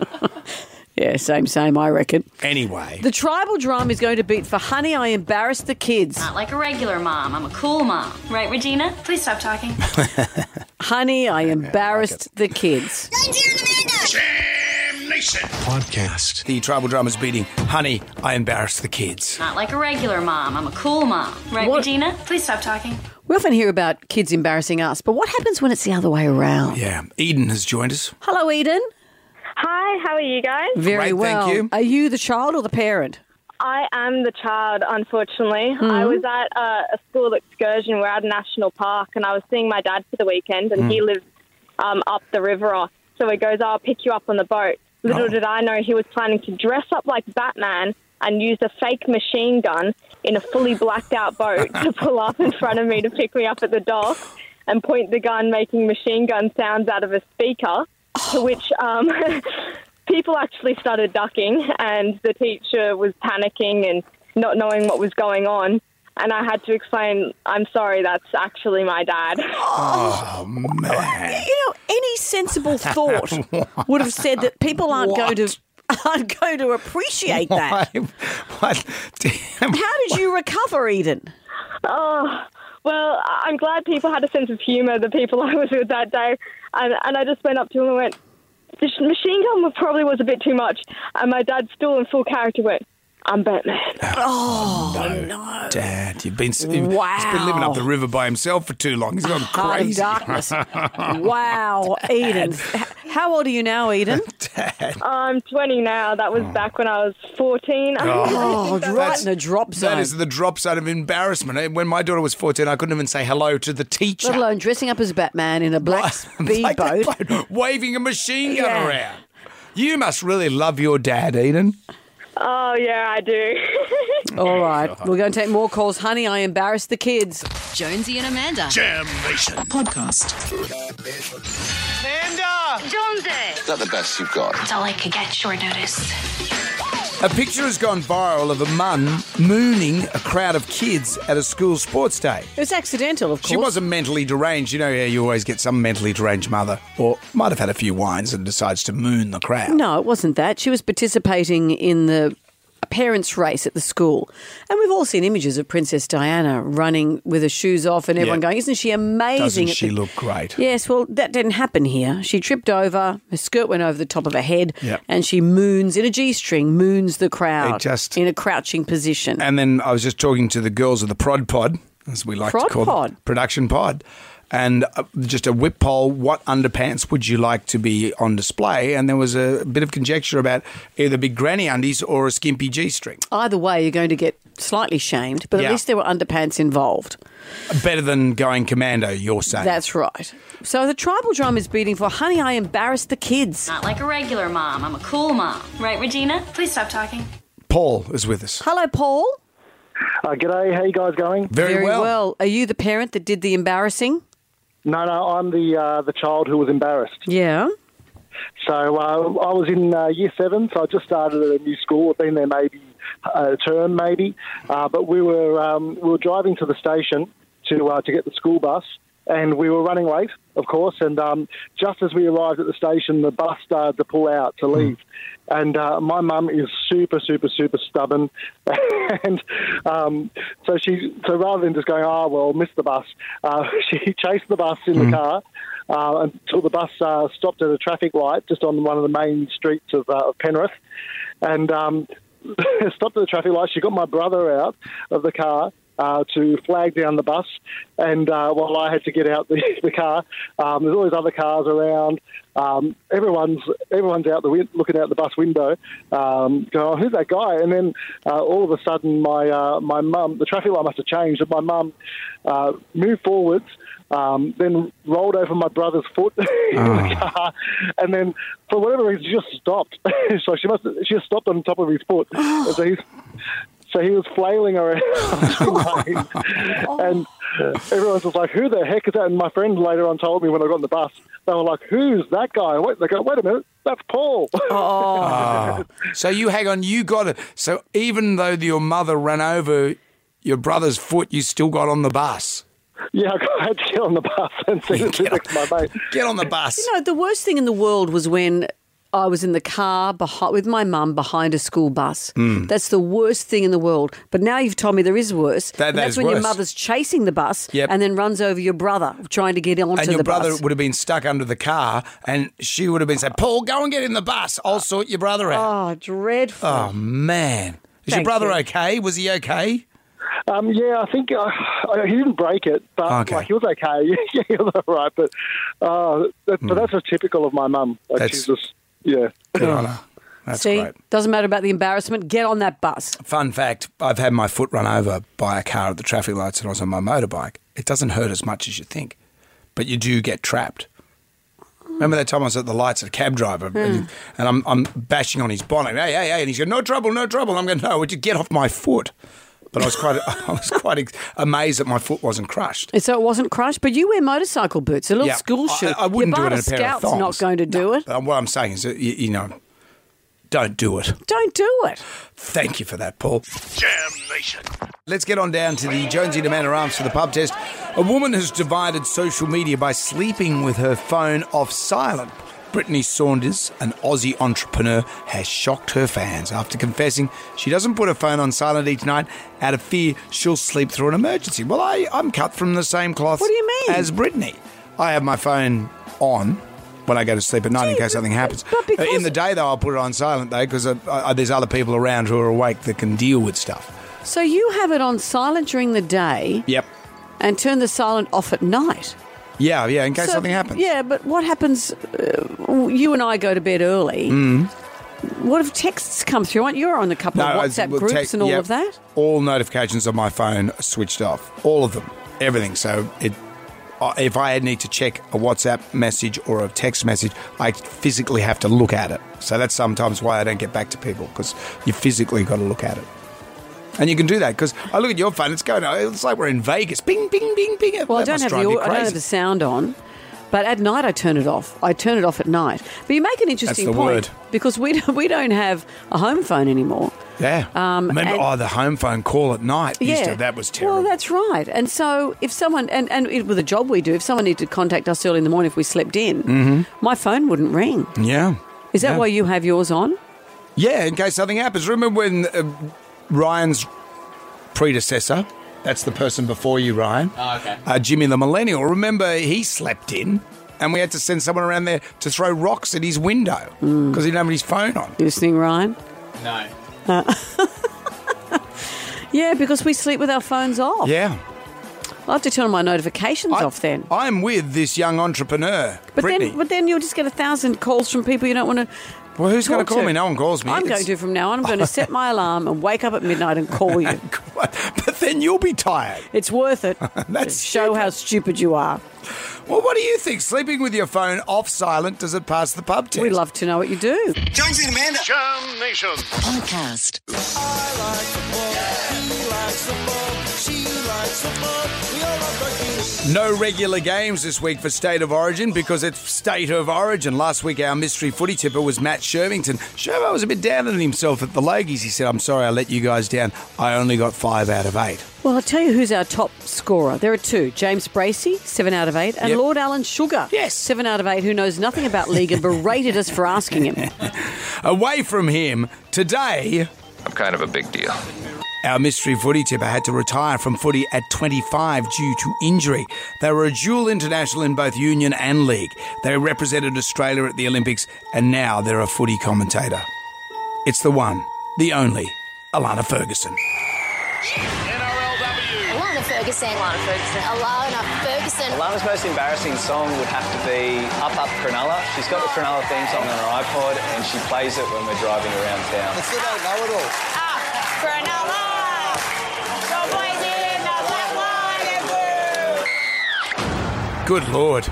S2: yeah, same, same. I reckon.
S1: Anyway,
S2: The tribal drum is going to beat for Honey, I Embarrassed the Kids.
S16: Not like a regular mom. I'm a cool mom. Right, Regina? Please stop talking.
S2: Honey, I Embarrassed the Kids.
S16: Jam Nation!
S1: Podcast. The tribal drummer's beating. Honey, I embarrassed the kids.
S2: Ah.
S16: Not like a regular mom. I'm a cool mom. Right, Regina? Please stop talking.
S2: We often hear about kids embarrassing us, but what happens when it's the other way around?
S1: Yeah, Eden has joined us.
S2: Hello, Eden.
S17: Hi, how are you guys?
S2: Very well. Are you the child or the parent?
S17: I am the child, unfortunately. I was at a, a school excursion. We're at a national park, and I was seeing my dad for the weekend, and
S18: Mm.
S17: he lives um, up the river. So he goes, I'll pick you up on the boat. Little did I know he was planning to dress up like Batman and use a fake machine gun in a fully blacked out boat to pull up in front of me to pick me up at the dock and point the gun, making machine gun sounds out of a speaker, to which um, people actually started ducking, and the teacher was panicking and not knowing what was going on. And I had to explain, I'm sorry, that's actually my dad.
S1: Oh, man.
S2: You know, any sensible thought would have said that people aren't going to aren't going to appreciate that.
S1: Why- what?
S2: How did you recover, Eden?
S17: Oh, well, I- I'm glad people had a sense of humour, the people I was with that day. And, and I just went up to him and went, the sh- machine gun was- probably was a bit too much. And my dad, still in full character, went, I'm Batman.
S2: Oh,
S1: no, Dad, you've been s- He's been
S2: Wow.
S1: living up the river by himself for too long. He's gone
S2: Heart of
S1: crazy.
S2: darkness. wow, Eden. H- How old are you now, Eden?
S17: I'm 20 now. That was back when I was 14.
S2: Oh, right in the drop zone.
S1: That is the drop zone of embarrassment. Eh, When my daughter was 14, I couldn't even say hello to the teacher.
S2: Let alone dressing up as Batman in a black speedboat.
S1: waving a machine gun
S2: Yeah.
S1: around. You must really love your dad, Eden.
S17: Oh, yeah, I do.
S2: All right, we're going to take more calls. Honey, I embarrassed the kids.
S16: Jonesy and Amanda.
S2: Jam
S16: Nation.
S2: Podcast.
S16: Amanda! Jonesy!
S10: Is that the best you've got?
S16: That's all I could get, short notice.
S1: A picture has gone viral of a mum mooning a crowd of kids at a school sports day.
S2: It was accidental, of course.
S1: She wasn't mentally deranged. You know how you always get some mentally deranged mother, or might have had a few wines and decides to moon the crowd.
S2: No, it wasn't that. She was participating in the a parents' race at the school. And we've all seen images of Princess Diana running with her shoes off and everyone
S1: Yeah.
S2: going, Isn't she amazing?
S1: Doesn't
S2: at
S1: she
S2: the-"
S1: look great?
S2: Yes, well, that didn't happen here. She tripped over, her skirt went over the top of her head,
S1: Yeah.
S2: and she moons in a G string, moons the crowd
S1: just-
S2: in a crouching position.
S1: And then I was just talking to the girls of the Prod Pod, as we like
S2: Prod
S1: to call
S2: Pod?
S1: them, production pod, and uh, just a whip poll: what underpants would you like to be on display? And there was a bit of conjecture about either big granny undies or a skimpy g-string.
S2: Either way, you're going to get slightly shamed, but at
S1: Yeah.
S2: least there were underpants involved.
S1: Better than going commando, you're saying?
S2: That's right. So the tribal drum is beating for Honey, I Embarrassed the Kids.
S16: Not like a regular mom. I'm a cool mom. Right, Regina? Please stop talking.
S1: Paul is with us.
S2: Hello, Paul.
S19: Uh, g'day, how you guys going?
S1: Very,
S2: well. Are you the parent that did the embarrassing?
S19: No, no, I'm the uh, the child who was embarrassed.
S2: Yeah.
S19: So uh, I was in uh, year seven, so I just started at a new school. I've been there maybe a term, maybe. Uh, but we were um, we were driving to the station to uh, to get the school bus, and we were running late, of course. And um, just as we arrived at the station, the bus started to pull out to leave. And uh, my mum is super, super, super stubborn, and um, so she so rather than just going, oh well, missed the bus, uh, she chased the bus in the car uh, until the bus uh, stopped at a traffic light just on one of the main streets of, uh, of Penrith, and um, stopped at the traffic light. She got my brother out of the car. uh, to flag down the bus, and uh, while I had to get out the, the car, um, there's always other cars around. Um, everyone's everyone's out the win- looking out the bus window, um, going, oh, "Who's that guy?" And then uh, all of a sudden, my uh, my mum, the traffic light must have changed, and my mum uh, moved forwards. Um, then rolled over my brother's foot in the car, and then for whatever reason she just stopped. so she must she just stopped on top of his foot. And so he's so he was flailing around, and everyone's just like, "Who the heck is that?" And my friend later on told me when I got on the bus, they were like, "Who's that guy?" Wait, they go, "Wait a minute, that's Paul."
S1: Oh. so you hang on, you got it. So even though your mother ran over your brother's foot, you still got on the bus.
S19: Yeah, I had to get on the bus and see this next my mate.
S1: Get on the bus.
S2: You know, the worst thing in the world was when I was in the car behind, with my mum behind a school bus.
S1: Mm.
S2: That's the worst thing in the world. But now you've told me there is worse.
S1: That-
S2: and
S1: that
S2: that's
S1: is
S2: when your
S1: worse.
S2: mother's chasing the bus
S1: Yep.
S2: and then runs over your brother trying to get onto
S1: and your
S2: the
S1: brother
S2: bus.
S1: would have been stuck under the car, and she would have been saying, "Paul, go and get in the bus. I'll sort your brother out."
S2: Oh, dreadful.
S1: Oh, man, is your
S19: Thank
S1: brother
S19: you.
S1: okay? Was he okay?
S19: Um, yeah, I think uh, I- he didn't break it, but
S1: Okay.
S19: like, he was okay. yeah, he was all right. But uh, that, but that's just typical of my mum. Like
S1: That's-
S19: she's just yeah.
S2: See, doesn't matter about the embarrassment. Get on that bus.
S1: Fun fact: I've had my foot run over by a car at the traffic lights, and I was on my motorbike. It doesn't hurt as much as you think, but you do get trapped. Remember that time I was at the lights at a cab driver, and, and I'm, I'm bashing on his bonnet. Hey, hey, hey! And he's going, "No trouble, no trouble." I'm going, "No, would you get off my foot?" But I was quite, I was quite ex- amazed that my foot wasn't crushed.
S2: And so it wasn't crushed, but you wear motorcycle boots, a little
S1: Yeah,
S2: school
S1: I-
S2: shoe.
S1: I, wouldn't
S2: your
S1: do it in
S2: Barter
S1: a pair of
S2: Scout's
S1: thongs.
S2: not going to do it.
S1: Uh, what I'm saying is, that, you, you know, don't do it.
S2: Don't do it.
S1: Thank you for that, Paul. Let's get on down to the Jonesy Demanor Arms for the pub test. A woman has divided social media by sleeping with her phone off silent. Brittany Saunders, an Aussie entrepreneur, has shocked her fans after confessing she doesn't put her phone on silent each night out of fear she'll sleep through an emergency. Well, I, I'm cut from the same cloth
S2: What do you mean?
S1: as Brittany. I have my phone on when I go to sleep at night in case something happens. Uh, in the day, though, I'll put it on silent, though, because uh, uh, there's other people around who are awake that can deal with stuff.
S2: So you have it on silent during the day
S1: Yep.
S2: and turn the silent off at night.
S1: Yeah, yeah, in case
S2: So-
S1: something happens.
S2: Yeah, but what happens? Uh, you and I go to bed early.
S1: Mm.
S2: What if texts come through? Aren't you on a couple of
S1: it's-
S2: WhatsApp
S1: we'll
S2: groups
S1: take-
S2: and all
S1: yep.
S2: of that?
S1: All notifications on my phone are switched off. All of them. Everything. So it. uh, If I need to check a WhatsApp message or a text message, I physically have to look at it. So that's sometimes why I don't get back to people because you physically got to look at it. And you can do that because I look at your phone, it's going, uh, it's like we're in Vegas. Bing, bing, bing, bing.
S2: Well, I
S1: That
S2: don't
S1: must
S2: have the
S1: drive you
S2: au- I don't
S1: crazy.
S2: have the sound on, but at night I turn it off. I turn it off at night. But you make an interesting
S1: the word.
S2: point because we don't- we don't have a home phone anymore.
S1: Yeah.
S2: Um,
S1: Remember,
S2: and-
S1: oh, the home phone call at night. used to- that was terrible.
S2: Well, that's right. And so if someone and and it, with a job we do, if someone needed to contact us early in the morning if we slept in,
S1: Mm-hmm.
S2: my phone wouldn't ring.
S1: Yeah.
S2: Is that
S1: Yeah.
S2: why you have yours on?
S1: Yeah, in case something happens. Remember when uh, Ryan's predecessor, that's the person before you, Ryan,
S11: Oh, okay.
S1: uh, Jimmy the Millennial, remember he slept in and we had to send someone around there to throw rocks at his window because
S2: Mm.
S1: he didn't have his phone on.
S2: You listening, Ryan?
S11: No.
S2: Uh, yeah, because we sleep with our phones off.
S1: Yeah.
S2: I have to turn my notifications off then.
S1: I'm with this young entrepreneur,
S2: But
S1: Brittany.
S2: then, but then you'll just get a thousand calls from people you don't want to.
S1: well, who's going
S2: talk
S1: to call me? No one calls me.
S2: I'm
S1: It's-
S2: going to from now on. I'm going to set my alarm and wake up at midnight and call you.
S1: but then you'll be tired.
S2: It's worth it.
S1: That's
S2: to show how stupid you are.
S1: Well, what do you think? Sleeping with your phone off silent, does it pass the pub test?
S2: We'd love to know what you do.
S18: Jonesy and Amanda. Jam Nation. Podcast.
S1: No regular games this week for State of Origin because it's State of Origin. Last week, our mystery footy tipper was Matt Shervington. Shervo was a bit down on himself at the Logies. He said, I'm sorry I let you guys down. I only got five out of eight.
S2: Well, I'll tell you who's our top scorer. There are two James Bracey, 7 out of 8, and
S1: Yep.
S2: Lord Alan Sugar, yes. 7 out of 8, who knows nothing about league and berated us for asking him.
S1: Away from him, today,
S10: I'm kind of a big deal.
S1: Our mystery footy tipper had to retire from footy at 25 due to injury. They were a dual international in both union and league. They represented Australia at the Olympics, and now they're a footy commentator. It's the one, the only, Alana Ferguson.
S18: NRLW
S20: Alana Ferguson. Alana Ferguson. Alana Ferguson.
S21: Alana's most embarrassing song would have to be Up Up Cronulla. She's got the Cronulla theme song on her iPod and she plays it when we're driving around town.
S22: It's about know it all.
S20: Up Cronulla. The boys in the black, white and blue.
S1: Good lord.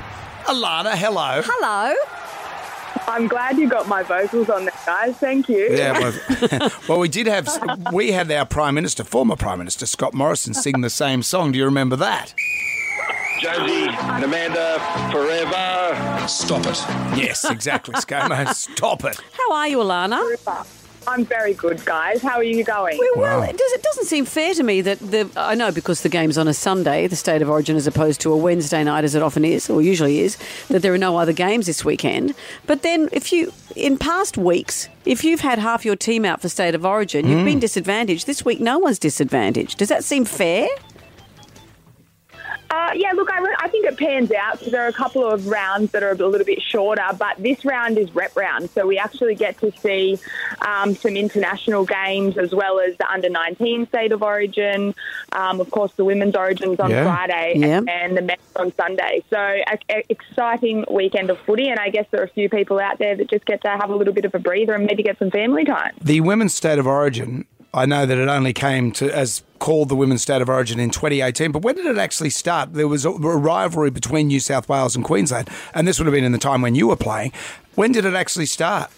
S1: Alana, hello.
S2: Hello.
S17: I'm glad you got my vocals on there, guys. Thank you.
S1: Yeah, well, well, we did have, we had our Prime Minister, former Prime Minister Scott Morrison, sing the same song. Do you remember that?
S7: Josie and Amanda forever.
S1: Stop it. Yes, exactly, ScoMo. Stop it.
S2: How are you, Alana?
S17: I'm very good, guys. How are you going?
S2: Well, it, does, it doesn't seem fair to me that the I know because the game's on a Sunday, the state of origin, as opposed to a Wednesday night, as it often is or usually is, that there are no other games this weekend. But then, if you in past weeks, if you've had half your team out for state of origin, you've
S17: Mm.
S2: been disadvantaged. This week, no one's disadvantaged. Does that seem fair?
S17: Uh, yeah, look, I, re- I think it pans out. So there are a couple of rounds that are a little bit shorter, but this round is rep round. So we actually get to see um, some international games as well as the under 19 state of origin. Um, of course, the women's origins on
S23: Yeah.
S17: Friday
S23: Yeah.
S17: and, and the men's on Sunday. So a, a exciting weekend of footy. And I guess there are a few people out there that just get to have a little bit of a breather and maybe get some family time.
S1: The women's state of origin, I know that it only came to as called the women's state of origin in 2018, but when did it actually start? There was a a rivalry between New South Wales and Queensland, and this would have been in the time when you were playing. When did it actually start?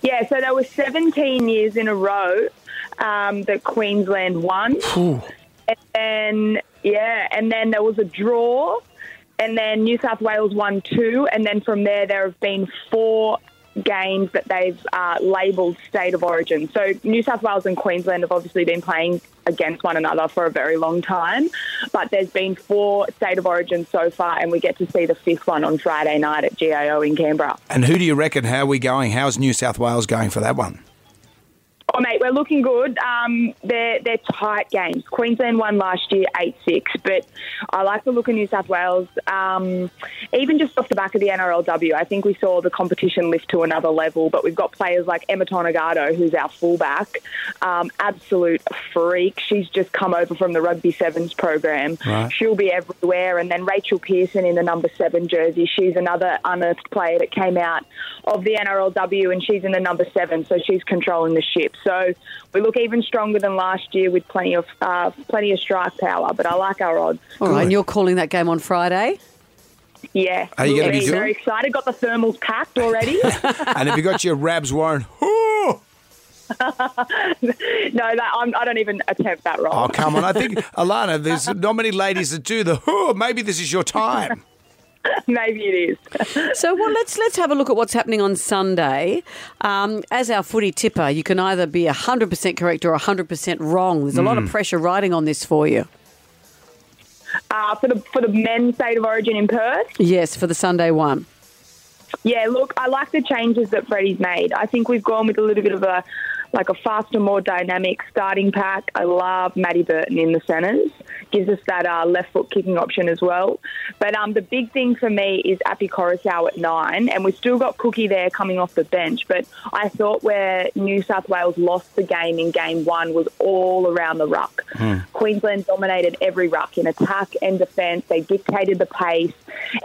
S17: Yeah, so there were 17 years in a row um, that Queensland won. And then, yeah, and then there was a draw, and then New South Wales won two, and then from there, there have been four games that they've uh, labelled state of origin. So New South Wales and Queensland have obviously been playing against one another for a very long time, but there's been four state of origin so far, and we get to see the fifth one on Friday night at GIO in Canberra.
S1: And who do you reckon? How are we going? How's New South Wales going for that one?
S17: Oh, mate, we're looking good. Um, they're, they're tight games. Queensland won last year 8 6, but I like the look of New South Wales. Um, even just off the back of the NRLW, I think we saw the competition lift to another level, but we've got players like Emma Tonegado, who's our fullback, um, absolute freak. She's just come over from the Rugby Sevens program.
S24: Right.
S17: She'll be everywhere. And then Rachel Pearson in the number seven jersey. She's another unearthed player that came out of the NRLW and she's in the number seven, so she's controlling the ship. So we look even stronger than last year with plenty of uh, plenty of strike power. But I like our odds.
S2: All right, and you're calling that game on Friday.
S17: Yeah,
S1: Are you gonna be
S17: Very,
S1: doing-
S17: very excited. Got the thermals packed already.
S1: and have you got your Rabs Warren?
S17: no, that, I'm, I don't even attempt that role.
S1: Oh, come on. I think, Alana, there's not many ladies that do the, oh, maybe this is your time. Oh.
S17: Maybe it is.
S2: so well, let's let's have a look at what's happening on Sunday. Um, as our footy tipper, you can either be hundred percent correct or hundred percent wrong. There's a lot of
S17: Mm.
S2: pressure riding on this for you.
S17: Uh, for the for the men's state of origin in Perth.
S2: Yes, for the Sunday one.
S17: Yeah, look, I like the changes that Freddie's made. I think we've gone with a little bit of a like a faster, more dynamic starting pack. I love Maddie Burton in the centres. Gives us that uh, left foot kicking option as well. But um, the big thing for me is Appy Coruscant at nine, and we've still got Cookie there coming off the bench. But I thought where New South Wales lost the game in game one was all around the ruck. Queensland dominated every ruck in attack and defence. They dictated the pace,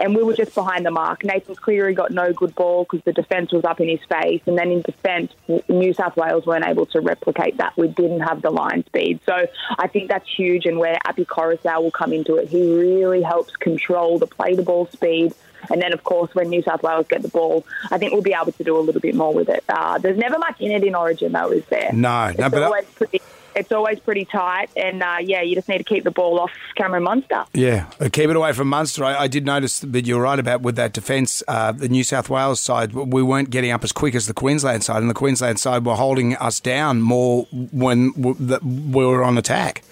S17: and we were just behind the mark. Nathan Cleary got no good ball because the defence was up in his face, and then in defence, w- New South Wales weren't able to replicate that. We didn't have the line speed, so I think that's huge. And where Appy Coruscant will come into it, he really helps control the play the ball speed. And then, of course, when New South Wales get the ball, I think we'll be able to do a little bit more with it. Uh, there's never much in it in Origin, though, is there?
S1: No,
S17: it's
S1: no, but I-
S17: always pretty. It's always pretty tight, and uh, yeah, you just need to keep the ball off Cameron Munster.
S1: Yeah, uh, keep it away from Munster. I, I did notice that you're right about with that defence. Uh, the New South Wales side, we weren't getting up as quick as the Queensland side, and the Queensland side were holding us down more when w- that we were on attack.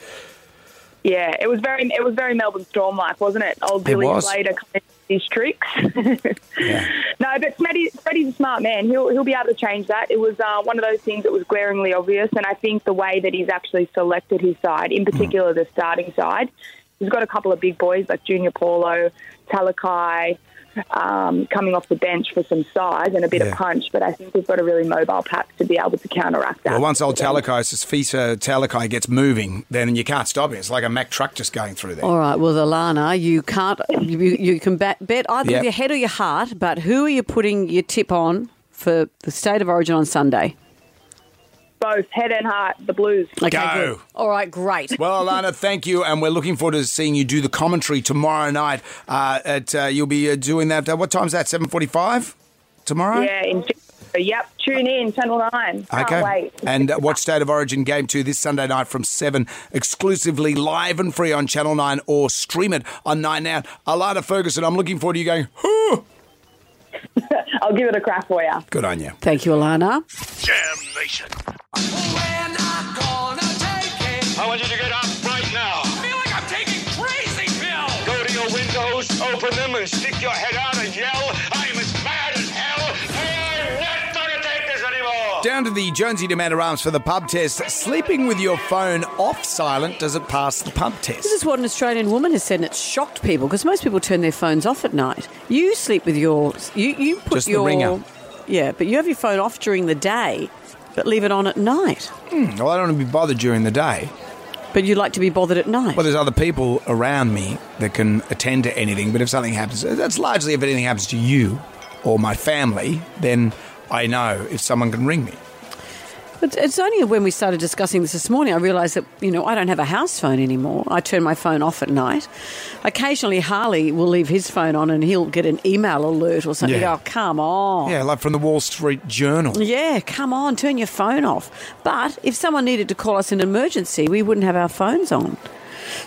S17: Yeah, it was very it was very Melbourne Storm like, wasn't it? Old
S1: It
S17: Billy
S1: was.
S17: Slater coming with his tricks. No, but Freddie, Freddie's a smart man. He'll he'll be able to change that. It was uh, one of those things that was glaringly obvious, and I think the way that he's actually selected his side, in particular the starting side, he's got a couple of big boys like Junior Paulo, Talakai.
S3: um, coming off the bench for some size and a bit
S1: Yeah.
S3: of punch. But I think we've got a really mobile pack to be able to counteract that.
S1: Well, once old Talakai, Fisa uh, Talakai gets moving, then you can't stop it. It's like a Mack truck just going through there.
S2: All right, well, Alana, you can't. You, you can bet, bet either
S1: Yep.
S2: with your head or your heart, but who are you putting your tip on for the state of origin on Sunday?
S3: Both head and heart, the Blues.
S1: Okay, Go. good.
S2: All right, great.
S1: Well, Alana, thank you, and we're looking forward to seeing you do the commentary tomorrow night. Uh, at uh, you'll be uh, doing that. Uh, what time's that? Seven forty-five tomorrow.
S3: Yeah, in, yep. Tune in, Channel 9. Can't
S1: Okay.
S3: wait.
S1: And uh, watch State of Origin Game 2 this Sunday night from 7, exclusively live and free on Channel 9 or stream it on 9 Now. Alana Ferguson, I'm looking forward to you going, "Huh."
S3: I'll give it a crack for you.
S1: good on you.
S2: Thank you, Alana.
S18: Jam Nation. I want you to get up right now. I feel like I'm taking crazy pills. Go to your windows, open them, and stick your head out and yell, I'm as mad as hell. I'm not gonna take this anymore.
S1: Down to the Jonesy Demander Arms for the pub test. Sleeping with your phone off silent, does it pass the pub test?
S2: This is what an Australian woman has said, and it's shocked people because most people turn their phones off at night. You sleep with your. You, you put
S1: Just the
S2: your.
S1: ringer.
S2: Yeah, but you have your phone off during the day, but leave it on at night.
S1: Hmm, well, I don't want to be bothered during the day.
S2: But you like to be bothered at night.
S1: Well, there's other people around me that can attend to anything, but if something happens, that's largely if anything happens to you or my family, then I know if someone can ring me.
S2: But it's only when we started discussing this this morning I realised that you know I don't have a house phone anymore. I turn my phone off at night. Occasionally, Harley will leave his phone on, and he'll get an email alert or something.
S1: Yeah.
S2: Oh, come on!
S1: Yeah, like from the Wall Street Journal.
S2: Yeah, come on, turn your phone off. But if someone needed to call us in an emergency, we wouldn't have our phones on.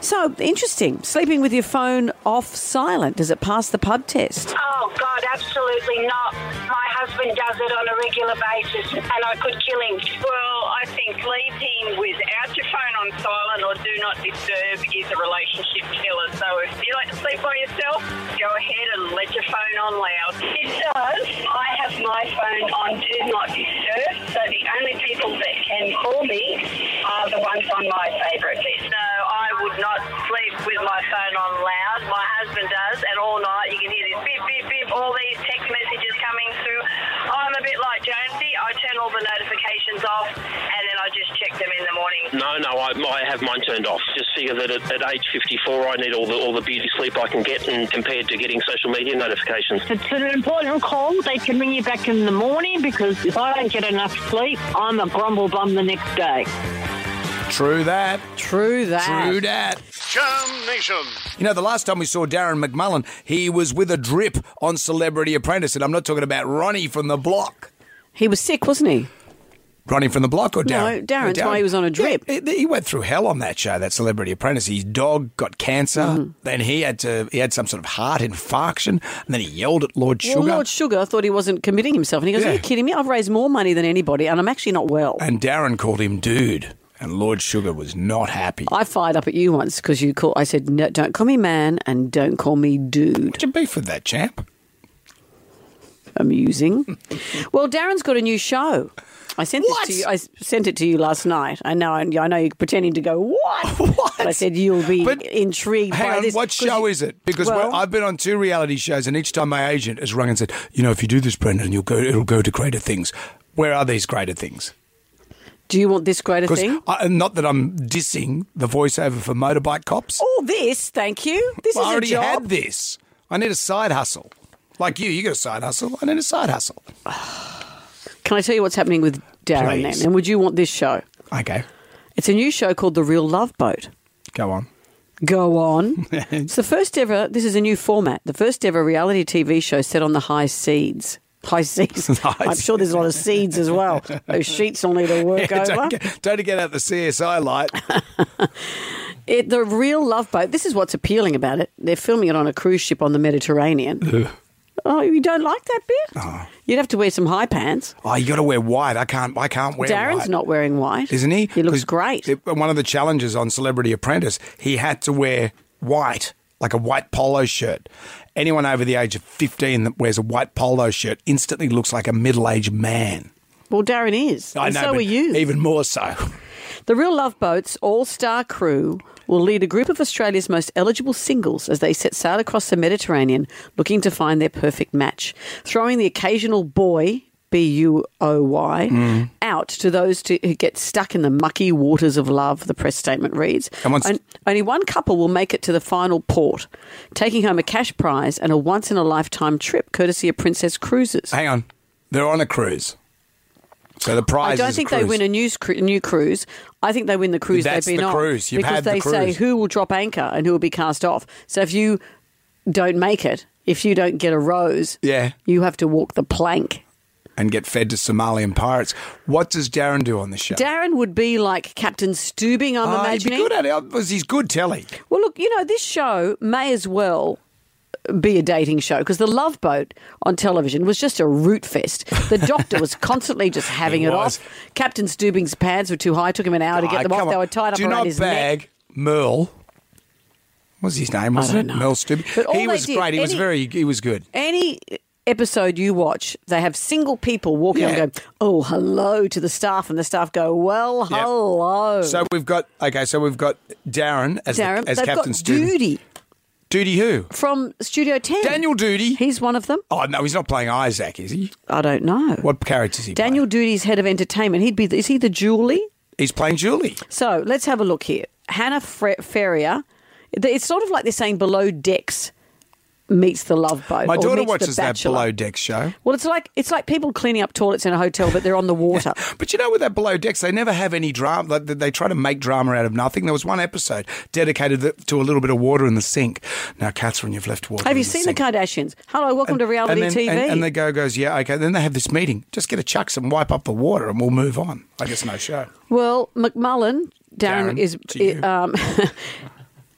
S2: So interesting. Sleeping with your phone off silent. Does it pass the pub test?
S22: Oh, God, absolutely not. My husband does it on a regular basis, and I could kill him. Well, I think leave him without your phone on silent or do not disturb is a relationship killer. So if you like to sleep by yourself, go ahead and let your phone on loud. It does. I have my phone on do not disturb, so the only people that can call me are the ones on my favourite list. No, I would not sleep with my phone on loud. My husband does, and all night you can hear this beep, beep, beep, all these text messages coming through. I'm a bit like Jonesy. I turn all the notifications off, and then I just check them in the morning.
S23: No, no, I, I have mine turned off. Just figure that at, at age 54, I need all the all the beauty sleep I can get, and compared to getting social media notifications.
S24: It's an important call. They can ring you back in the morning because if I don't get enough sleep, I'm a grumble bum the next day.
S1: True that.
S2: True that.
S1: True that.
S18: Jam Nation.
S1: You know, the last time we saw Darren McMullen, he was with a drip on Celebrity Apprentice, and I'm not talking about Ronnie from the block.
S2: He was sick, wasn't he?
S1: Ronnie from the block or
S2: No,
S1: Darren?
S2: Darren's why he was on a drip.
S1: Yeah, he, he went through hell on that show, that Celebrity Apprentice. His dog got cancer,
S2: Mm-hmm.
S1: then he had to he had some sort of heart infarction, and then he yelled at Lord Sugar.
S2: Well, Lord Sugar thought he wasn't committing himself, and he goes,
S1: Yeah.
S2: "Are you kidding me? I've raised more money than anybody, and I'm actually not well."
S1: and Darren called him dude, and Lord Sugar was not happy.
S2: I fired up at you once because you call. I said, no, "Don't call me man, and don't call me dude." What's
S1: your beef with that champ?
S2: Amusing. well, Darren's got a new show. I sent
S25: What?
S2: this to you. I s- sent it to you last night. I know. I I know you're pretending to go what? But I said you'll be intrigued
S1: Hang
S2: by
S1: on,
S2: this.
S1: what
S2: 'cause
S1: show
S2: you-
S1: is it? Because
S2: well,
S1: when- I've been on two reality shows, and each time my agent has rung and said, "You know, if you do this, Brendan, you'll go. It'll go to greater things." Where are these greater things?
S2: do you want this greater
S1: Because
S2: thing?
S1: I- not that I'm dissing the voiceover for Motorbike Cops.
S2: All this, thank you. This
S1: Well,
S2: is
S1: I already
S2: a job.
S1: had this. I need a side hustle. Like you, you got a side hustle. I need a side hustle.
S2: Can I tell you what's happening with Darren
S1: Please.
S2: then? And would you want this show?
S1: Okay.
S2: It's a new show called The Real Love Boat.
S1: Go on.
S2: Go on. it's the first ever, this is a new format, the first ever reality TV show set on the high seas. High seas. I'm sure there's a lot of seeds as well. Those sheets will need to work
S1: Yeah,
S2: over.
S1: don't, get, don't get out the CSI light.
S2: It, the real love boat, this is what's appealing about it. They're filming it on a cruise ship on the Mediterranean. Oh, you don't like that bit? You'd have to wear some high pants.
S1: oh, you got to wear white. I can't. I can't wear.
S2: Darren's
S1: white.
S2: not wearing white.
S1: isn't he? He
S2: looks great.
S1: one of the challenges on Celebrity Apprentice, he had to wear white, like a white polo shirt. Anyone over the age of 15 that wears a white polo shirt instantly looks like a middle aged man.
S2: Well, Darren is.
S1: I
S2: and
S1: know,
S2: so
S1: but
S2: are you.
S1: Even more so.
S2: The Real Love Boat's all star crew will lead a group of Australia's most eligible singles as they set sail across the Mediterranean looking to find their perfect match, throwing the occasional boy. B U O Y
S1: Mm.
S2: out to those to, who get stuck in the mucky waters of love. The press statement reads:
S1: Come on,
S2: On- Only one couple will make it to the final port, taking home a cash prize and a once-in-a-lifetime trip, courtesy of Princess Cruises.
S1: Hang on. They're on a cruise. So the prize
S2: Oh, I don't
S1: is
S2: think
S1: a cruise.
S2: they win a news cru- new cruise. I think they win the cruise
S1: That's
S2: they've been
S1: the
S2: on
S1: cruise. You've
S2: because
S1: had the
S2: they say
S1: cruise.
S2: who will drop anchor and who will be cast off. So if you don't make it, if you don't get a rose,
S1: Yeah.
S2: you have to walk the plank.
S1: and get fed to Somalian pirates. What does Darren do on the show?
S2: Darren would be like Captain Stubing. I'm
S1: Oh, he'd be
S2: imagining.
S1: good at it. Oh, He's good telly.
S2: Well, look, you know, this show may as well be a dating show because the love boat on television was just a root fest the doctor was constantly just having
S1: He
S2: it
S1: was.
S2: off captain stubing's pants were too high took him an hour to get
S1: Ah,
S2: them off
S1: come on.
S2: they were tied up
S1: Do
S2: around
S1: not
S2: his neck
S1: bag Merle. What was his name? Wasn't it Merle Stubby?
S2: But all
S1: He
S2: they
S1: was
S2: did,
S1: great. He was
S2: any-
S1: very. He was good.
S2: any episode you watch, they have single people walking up and going, oh, hello to the staff, and the staff go, well,
S1: Yep.
S2: hello.
S1: So we've got okay. So we've got Darren as the-
S2: Oh. Darren,
S1: as
S2: they've
S1: Captain
S2: got
S1: Stubby.
S2: Duty
S1: Duty who?
S2: from Studio 10.
S1: Daniel Duty.
S2: He's one of them.
S1: Oh no, he's not playing Isaac, is he?
S2: I don't know.
S1: What character is he?
S2: Daniel Duty's head of entertainment. He'd be, is he the Julie?
S1: He's playing Julie.
S2: So let's have a look here. Hannah Fre- Ferrier. It's sort of like they're saying below decks meets the love boat.
S1: My
S2: Oh, or
S1: daughter
S2: meets The
S1: watches that
S2: Bachelor.
S1: Below Decks show.
S2: Well, it's like it's like people cleaning up toilets in a hotel, but they're on the water.
S1: But you know, with that Below Decks, they never have any drama. Like, They, they try to make drama out of nothing. There was one episode dedicated th- to a little bit of water in the sink. Now, Catherine, you've left water.
S2: Have
S1: in
S2: you
S1: the
S2: seen the
S1: sink.
S2: Kardashians? Hello, welcome to
S1: and
S2: reality
S1: then,
S2: TV.
S1: And, and the go goes, yeah, okay. Then they have this meeting. Just get a chucks and wipe up the water, and we'll move on. I guess no show.
S2: well, McMullen, Darren,
S1: Darren,
S2: is
S1: to you.
S2: um,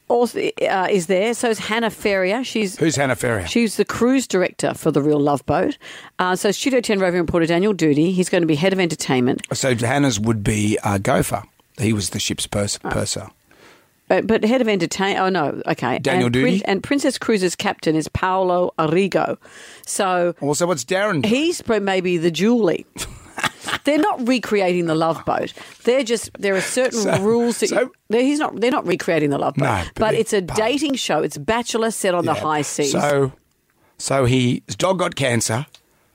S2: also uh, is there. So is Hannah Ferrier. She's
S1: Who's Hannah Ferrier?
S2: She's the cruise director for the Real Love Boat. Uh, so Studio Ten roving reporter Daniel Doody. He's going to be head of entertainment.
S1: so Hannah's would be uh, Gopher. He was the ship's pers-
S2: Ah.
S1: purser.
S2: Uh, But, but head of entertain. Oh no, okay.
S1: Daniel
S2: and,
S1: Doody?
S2: and Princess Cruises captain is Paolo Arrigo. So
S1: also, what's Darren?
S2: He's pro- maybe the Julie. they're not recreating the Love Boat. They're just there are certain
S1: So-
S2: rules that you, they're, he's not. They're not recreating the Love Boat.
S1: No,
S2: but,
S1: but they-
S2: it's a dating show. It's Bachelor set on the
S1: Yeah.
S2: high seas.
S1: So, so he, his dog got cancer.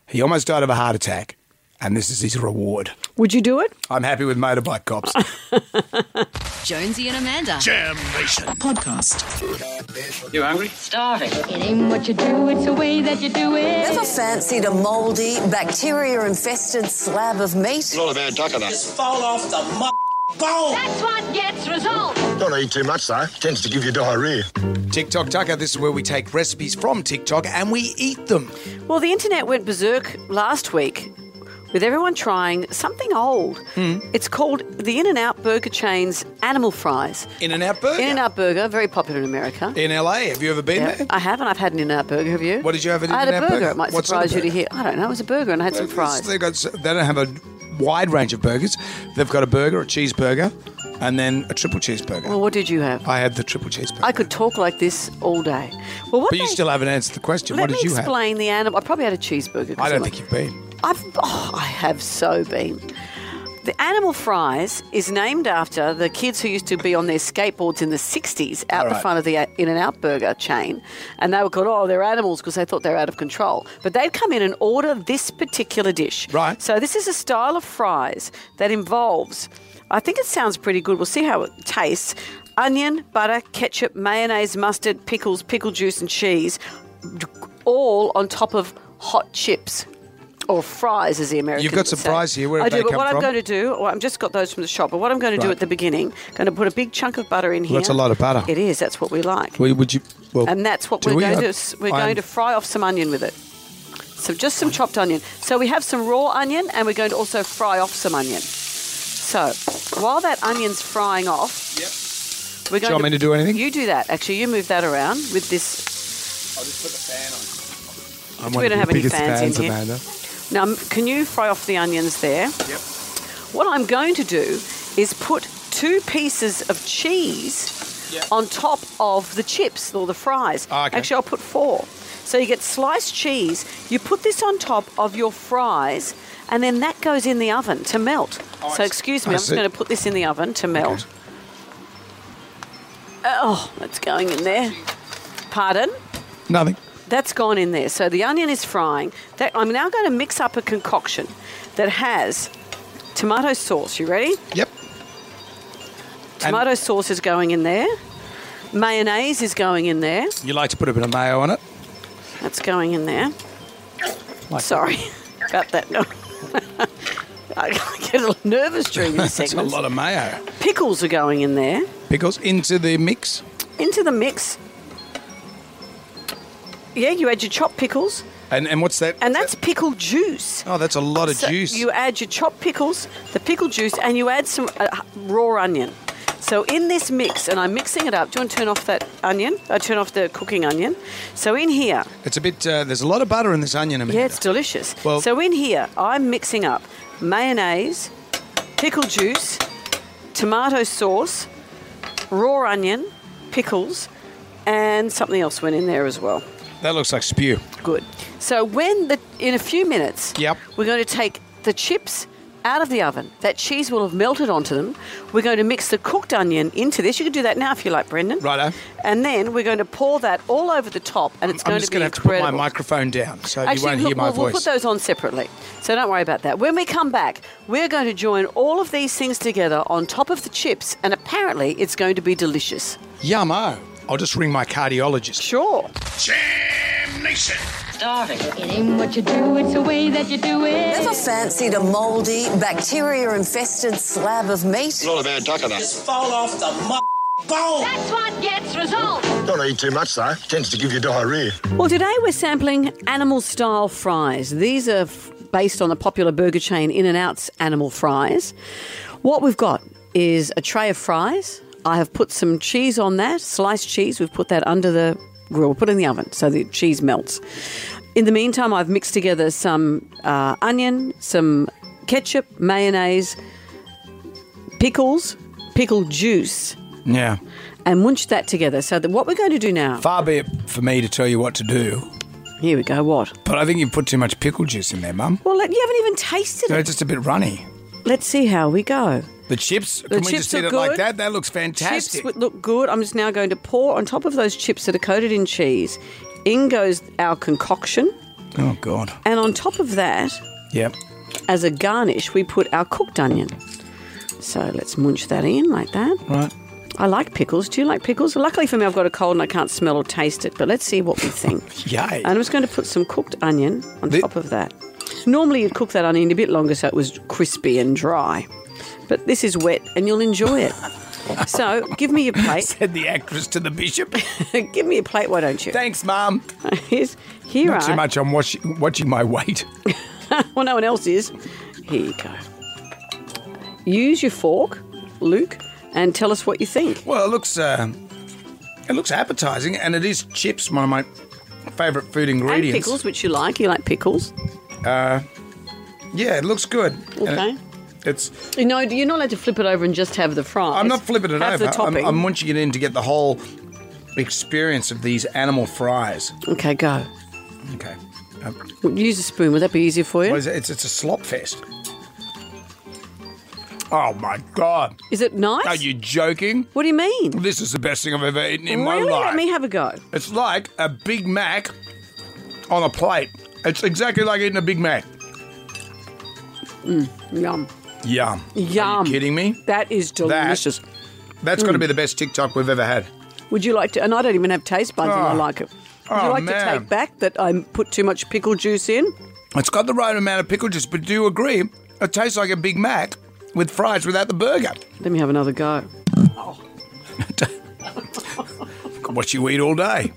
S1: He almost died of a heart attack, and this is his reward.
S2: Would you do it?
S1: I'm happy with motorbike cops.
S16: Jonesy and Amanda.
S1: Jam Nation podcast.
S16: You hungry? Starving. It ain't what you do, it's the way that you do it.
S13: Ever fancied a mouldy, bacteria infested slab of meat?
S4: not a bad duck of that.
S13: Fall off the bone!
S16: That's what gets results.
S4: Don't eat too much though. Tends to give you diarrhea.
S1: TikTok Tucker. This is where we take recipes from TikTok and we eat them.
S2: Well, the internet went berserk last week with everyone trying something old.
S1: Hmm.
S2: It's called the In and Out Burger Chain's Animal Fries.
S1: In and Out Burger.
S2: In and Out Burger, very popular in America.
S1: In LA, have you ever been
S2: Yeah,
S1: there?
S2: I have, and I've had an In-N-Out burger. Have you?
S1: What did you have at
S2: I had a
S1: In-N-Out
S2: burger.
S1: burger?
S2: It might
S1: What sort of
S2: surprise you to
S1: burger?
S2: hear. I don't know. It was a burger, and I had some fries.
S1: They got they don't have a wide range of burgers. They've got a burger, a cheeseburger, and then a triple cheeseburger.
S2: Well, what did you have?
S1: I had the triple cheeseburger.
S2: I could talk like this all day. Well, what
S1: but you
S2: they-
S1: still haven't answered the question.
S2: Let
S1: what did
S2: me
S1: you have?
S2: explain the animal. I probably had a cheeseburger. 'cause
S1: I don't
S2: I'm a-
S1: think you've been.
S2: I've, oh, I have so been. The Animal Fries is named after the kids who used to be on their skateboards in the 60s out
S5: All
S2: the
S5: right.
S2: front of the uh, In N Out burger chain. And they were called, oh, they're animals because they thought they were out of control. But they'd come in and order this particular dish. Right. So this is a style of fries that involves, I think it sounds pretty good. We'll see how it tastes onion, butter, ketchup, mayonnaise, mustard, pickles, pickle juice, and cheese, all on top of hot chips or fries, as the Americans
S1: You've got
S2: would
S1: some
S2: say.
S1: fries here. Where
S2: I
S1: have
S2: do,
S1: they
S2: but
S1: come
S2: what
S1: from?
S2: I'm going to do, well, I've just got those from the shop. But what I'm going to do
S1: Right.
S2: at the beginning, going to put a big chunk of butter in
S1: Well,
S2: here.
S1: that's a lot of butter.
S2: It is. That's what we like.
S1: Well, would you? Well,
S2: and that's what
S1: do
S2: we're
S1: we?
S2: going
S1: I-
S2: to. s- We're
S1: I am-
S2: going to fry off some onion with it. So just some chopped onion. So we have some raw onion, and we're going to also fry off some onion. So while that onion's frying off, yep. we're
S1: Do
S2: going
S1: you want me to do anything?
S2: You do that. Actually, you move that around with this.
S1: I'll just put the fan on.
S2: I'm one We of don't your have any biggest fans in fans, here.
S1: Amanda.
S2: Now, m- can you fry off the onions there?
S1: Yep.
S2: What I'm going to do is put two pieces of cheese on top of the chips or the fries.
S1: Ah, okay.
S2: Actually, I'll put four. So you get sliced cheese. You put this on top of your fries, and then that goes in the oven to melt. so excuse me,
S1: I
S2: I'm just
S1: see.
S2: going to put this in the oven to melt. Oh, that's going in there. Pardon?
S1: Nothing.
S2: That's gone in there. So the onion is frying. That I'm now going to mix up a concoction that has tomato sauce. You ready?
S1: Yep.
S2: Tomato sauce is going in there. Mayonnaise is going in there.
S1: You like to put a bit of mayo on it?
S2: That's going in there.
S1: Like-
S2: Sorry about that. No. I get a little nervous during these
S1: That's a
S2: segments.
S1: lot of mayo.
S2: Pickles are going in there.
S1: Pickles into the mix.
S2: Into the mix. Yeah, you add your chopped pickles,
S1: And and what's that?
S2: and that's pickle juice.
S1: Oh, that's a lot of
S2: So
S1: juice.
S2: You add your chopped pickles, the pickle juice, and you add some uh, h- raw onion. So in this mix, and I'm mixing it up. Do you want to turn off that onion? I turn off the cooking onion. So in here,
S1: It's a bit. Uh, there's a lot of butter in this onion. Amanda.
S2: Yeah, it's delicious.
S1: Well-
S2: so in here, I'm mixing up mayonnaise, pickle juice, tomato sauce, raw onion, pickles, and something else went in there as well.
S1: That looks like spew.
S2: Good. So when the in a few minutes,
S1: Yep.
S2: we're going to take the chips out of the oven. That cheese will have melted onto them. We're going to mix the cooked onion into this. You can do that now if you like, Brendan.
S1: Righto.
S2: And then we're going to pour that all over the top, and it's
S1: I'm
S2: going
S1: just
S2: to
S1: going
S2: be
S1: to have to put my
S2: incredible.
S1: microphone down so you
S2: Actually,
S1: won't
S2: look,
S1: hear my
S2: we'll, we'll
S1: voice.
S2: put those on separately, so don't worry about that. When we come back, we're going to join all of these things together on top of the chips, and apparently, it's going to be delicious.
S1: Yummo. oh. I'll just ring my cardiologist.
S2: Sure.
S18: Jam Nation.
S13: Starving.
S18: It ain't what you do, it's the way that you do it.
S13: Never fancied a mouldy, bacteria infested slab of meat?
S4: Not a bad duck of that.
S13: fall off the bone.
S18: That's what gets results.
S4: Don't eat too much though. Tends to give you diarrhea.
S2: Well, today we're sampling animal style fries. These are f- based on the popular burger chain In N Out's animal fries. What we've got is a tray of fries. I have put some cheese on that, sliced cheese. We've put that under the grill, we put it in the oven so the cheese melts. In the meantime, I've mixed together some uh, onion, some ketchup, mayonnaise, pickles, pickle juice,
S1: Yeah.
S2: and munched that together. So that what we're going to do now.
S1: Far be it for me to tell you what to do.
S2: Here we go. What?
S1: But I think you've put too much pickle juice in there, Mum.
S2: Well, let- you haven't even tasted
S1: No,
S2: it.
S1: it's just a bit runny.
S2: Let's see how we go.
S1: The chips.
S2: The
S1: can we
S2: chips
S1: just eat
S2: are
S1: it like
S2: good.
S1: that? That looks fantastic.
S2: Chips would look good. I'm just now going to pour on top of those chips that are coated in cheese. In goes our concoction,
S1: oh God.
S2: and on top of that,
S1: Yep.
S2: as a garnish, we put our cooked onion. So let's munch that in like that.
S1: Right.
S2: I like pickles. Do you like pickles? Luckily for me, I've got a cold and I can't smell or taste it. But let's see what we think.
S1: Yay.
S2: And I'm just going to put some cooked onion on top of that. Normally, you'd cook that onion a bit longer so it was crispy and dry. But this is wet and you'll enjoy it. so, give me your plate.
S1: Said the actress to the bishop.
S2: give me your plate, why don't you?
S1: Thanks, Mum.
S2: Here's, here
S1: Not
S2: are.
S1: too much. I'm watching, watching my weight.
S2: well, no one else is. Here you go. Use your fork, Luke, and tell us what you think.
S1: Well, it looks uh, it looks appetizing, and it is chips, one of my favourite food
S2: And
S1: ingredients.
S2: pickles, which you like. You like pickles.
S1: Uh, yeah, it looks good. And it-
S2: Okay.
S1: it's.
S2: You know, you're not allowed to flip it over and just have the fries.
S1: I'm not flipping it
S2: have
S1: over.
S2: The
S1: I'm,
S2: topping.
S1: I'm munching it in to get the whole experience of these animal fries.
S2: okay, go.
S1: Okay. Um,
S2: Use a spoon. Would that be easier for you?
S1: what is it? It's, it's a slop fest. Oh my god!
S2: Is it nice?
S1: Are you joking?
S2: What do you mean?
S1: This is the best thing I've ever eaten in my
S2: really?
S1: life.
S2: Let me have a go.
S1: It's like a Big Mac on a plate. It's exactly like eating a Big Mac.
S2: Mm, yum.
S1: Yum.
S2: Yum.
S1: Kidding me?
S2: That is delicious.
S1: That's got to
S2: Mm.
S1: be the best TikTok we've ever had.
S2: Would you like to? And I don't even have taste buds, and I
S1: Oh.
S2: like it. Would
S1: Oh,
S2: you like to
S1: man.
S2: take back that I put too much pickle juice in?
S1: It's got the right amount of pickle juice, but do you agree? It tastes like a Big Mac with fries without the burger.
S2: Let me have another go.
S1: What you eat all day.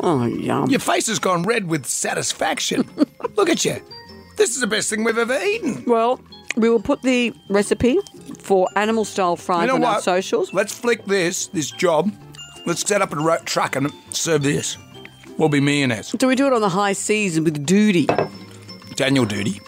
S2: Oh, yum.
S1: Your face has gone red with satisfaction. Look at you. This is the best thing we've ever eaten.
S2: Well, we will put the recipe for animal style fries
S1: you know
S2: on our
S1: what?
S2: social.
S1: Let's flick this, this job. Let's set up a ro- truck and serve this. We'll be millionaires.
S2: Do we do it on the high seas with duty?
S1: Daniel Duty.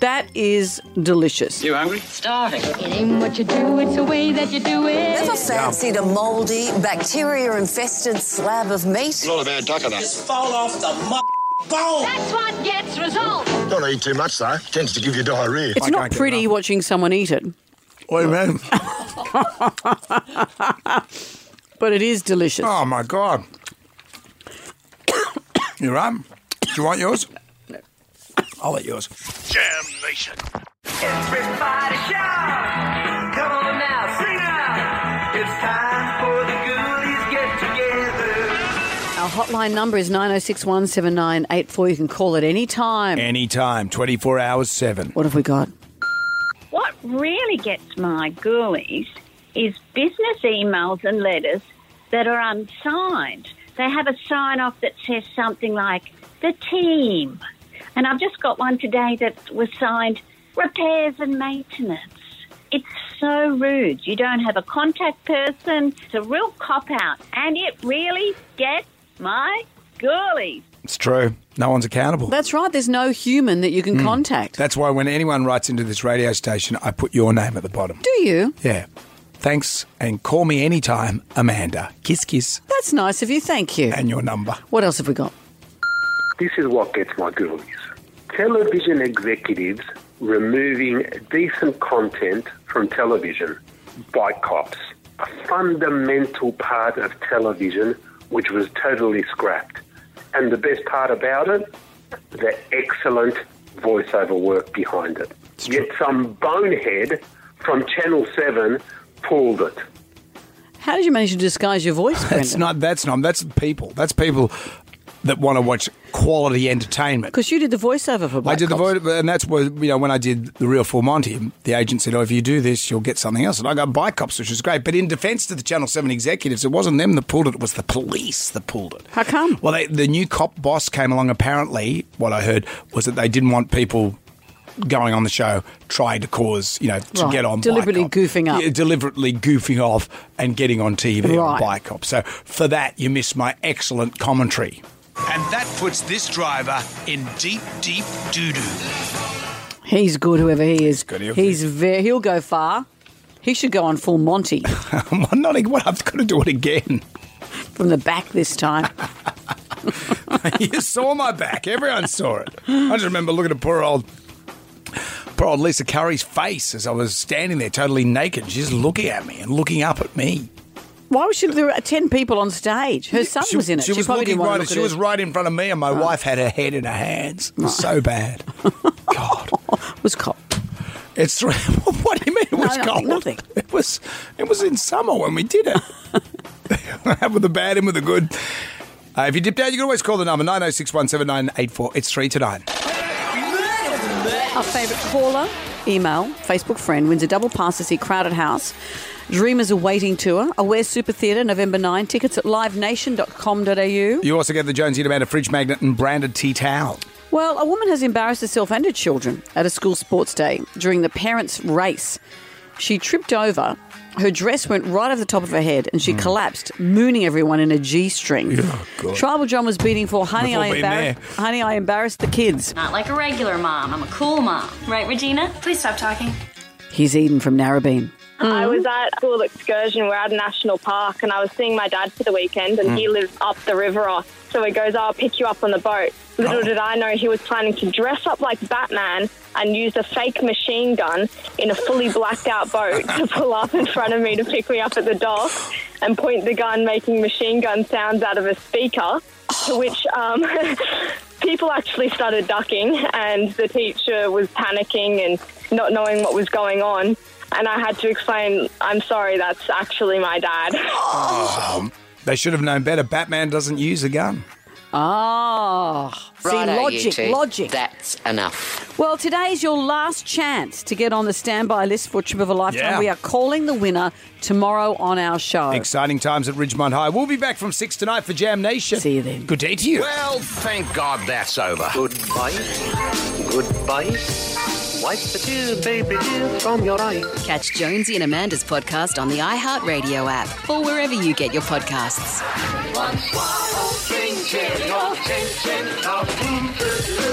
S2: That is delicious.
S1: You hungry?
S13: Starving.
S20: It ain't what you do, it's the way that you do it.
S13: Never fancied a mouldy, bacteria infested slab of meat?
S4: Not a bad duck of that.
S13: fall off the
S4: bowl.
S12: That's what gets results.
S4: Don't eat too much, though. Tends to give you diarrhea.
S2: It's not pretty watching someone eat it.
S1: Wait a minute.
S2: but it is delicious.
S1: Oh my god. You're right. Do you want yours? I'll let yours.
S18: Jam Nation.
S20: Everybody shout! Come on now, sing out! It's time for the goodies get together.
S2: Our hotline number is 9061798 You can call at any time.
S1: Anytime, 24 hours, 7.
S2: What have we got?
S12: What really gets my ghoulies is business emails and letters that are unsigned. They have a sign off that says something like the team. And I've just got one today that was signed repairs and maintenance. It's so rude. You don't have a contact person. It's a real cop out. And it really gets my ghoulies.
S1: It's true. No one's accountable.
S2: That's right. There's no human that you can
S1: Mm.
S2: contact.
S1: That's why when anyone writes into this radio station, I put your name at the bottom.
S2: Do you?
S1: Yeah. Thanks, and call me anytime, Amanda. Kiss, kiss.
S2: That's nice of you. Thank you.
S1: And your number.
S2: What else have we got?
S5: This is what gets my goonies. Television executives removing decent content from television by cops. A fundamental part of television which was totally scrapped. And the best part about it, the excellent voiceover work behind it. Yet some bonehead from Channel 7 pulled it.
S2: How did you manage to disguise your voice,
S1: That's
S2: Brenda?
S1: not. That's not. That's people. That's people that want to watch quality entertainment.
S2: Because you did the voiceover for Black
S1: I did
S2: Cops.
S1: the vote, and that's where you know when I did the real Full Monty, the agent said, "Oh, if you do this, you'll get something else." And I got by cops, which was great. But in defence to the Channel Seven executives, it wasn't them that pulled it; it was the police that pulled it.
S2: How come?
S1: Well, they, the new cop boss came along. Apparently, what I heard was that they didn't want people going on the show trying to cause you know to
S2: Right.
S1: get on by
S2: Deliberately
S1: cop.
S2: goofing up.
S1: Yeah, deliberately goofing off and getting on TV
S2: Right.
S1: on by cop. So for that, you missed my excellent commentary. And that puts this driver in deep, deep doo doo.
S2: He's good, whoever he is.
S1: good, he'll-
S2: He's very. He'll go far. He should go on full Monty
S1: I'm not. What I've got to do it again.
S2: from the back this time.
S1: you saw my back. Everyone saw it. I just remember looking at poor old, poor old Lisa Curry's face as I was standing there, totally naked. She's looking at me and looking up at me.
S2: Why was she? There were ten people on stage. Her son was in it.
S1: She, was
S2: probably
S1: looking
S2: didn't want
S1: right.
S2: to look
S1: she
S2: at
S1: was
S2: her.
S1: right in front of me, and my wife had her head in her hands. It was so bad. God,
S2: was cold.
S1: It's three- what do you mean it was
S2: nothing,
S1: cold?
S2: nothing.
S1: It was. It was in summer when we did it. Have with the bad and with the good. Uh, if you dipped out, you can always call the number 9061798. It's three to nine.
S2: Our favourite caller, email, Facebook friend wins a double pass to see Crowded House. Dreamers are waiting tour. Aware Super Theatre, November 9. Tickets at livenation.com.au.
S1: You also get the Jonesy and Amanda fridge magnet and branded tea towel.
S2: Well, a woman has embarrassed herself and her children at a school sports day during the parents' race. She tripped over. Her dress went right over the top of her head and she collapsed, mooning everyone in a G string.
S16: Hmm. God.
S2: Tribal John was beating for, honey
S16: We've all
S2: I,
S16: been
S2: embarrassed, honey, I embarrassed the kids.
S16: Not like a regular mom. I'm a cool mom. Right, Regina? Please stop talking.
S2: He's Eden from Narrabeen.
S17: I was at a school excursion. We're at a national park, and I was seeing my dad for the weekend, and
S2: Mm.
S17: he lives up the river. off. So he goes, "I'll pick you up on the boat." Little did I know he was planning to dress up like Batman and use a fake machine gun in a fully blacked out boat to pull up in front of me to pick me up at the dock and point the gun, making machine gun sounds out of a speaker. To which um, people actually started ducking, and the teacher was panicking and not knowing what was going on. And I had to explain, I'm sorry, that's actually my dad.
S1: Oh, they should have known better. Batman doesn't use a gun.
S2: Ah, see,
S6: Righto, you
S2: logic,
S6: two.
S2: logic.
S6: That's enough.
S2: Well, today's your last chance to get on the standby list for a trip of a lifetime.
S1: Yeah.
S2: We are calling the winner tomorrow on our show.
S1: Exciting times at Ridgemont High. We'll be back from six tonight for Jam Nation. See
S2: you then.
S1: Good day to you.
S8: Well, thank God that's over. Goodbye. Goodbye. Wipe the tear, baby dear, from your eye.
S9: Catch Jonesy and Amanda's podcast on the iHeartRadio app or wherever you get your podcasts.
S20: One swallow brings you your attention. Now, boom,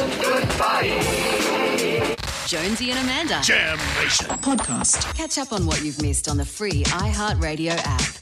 S20: boom, boom, goodbye.
S9: Jonesy and Amanda.
S8: Jam Nation.
S9: Podcast. Catch up on what you've missed on the free iHeartRadio app.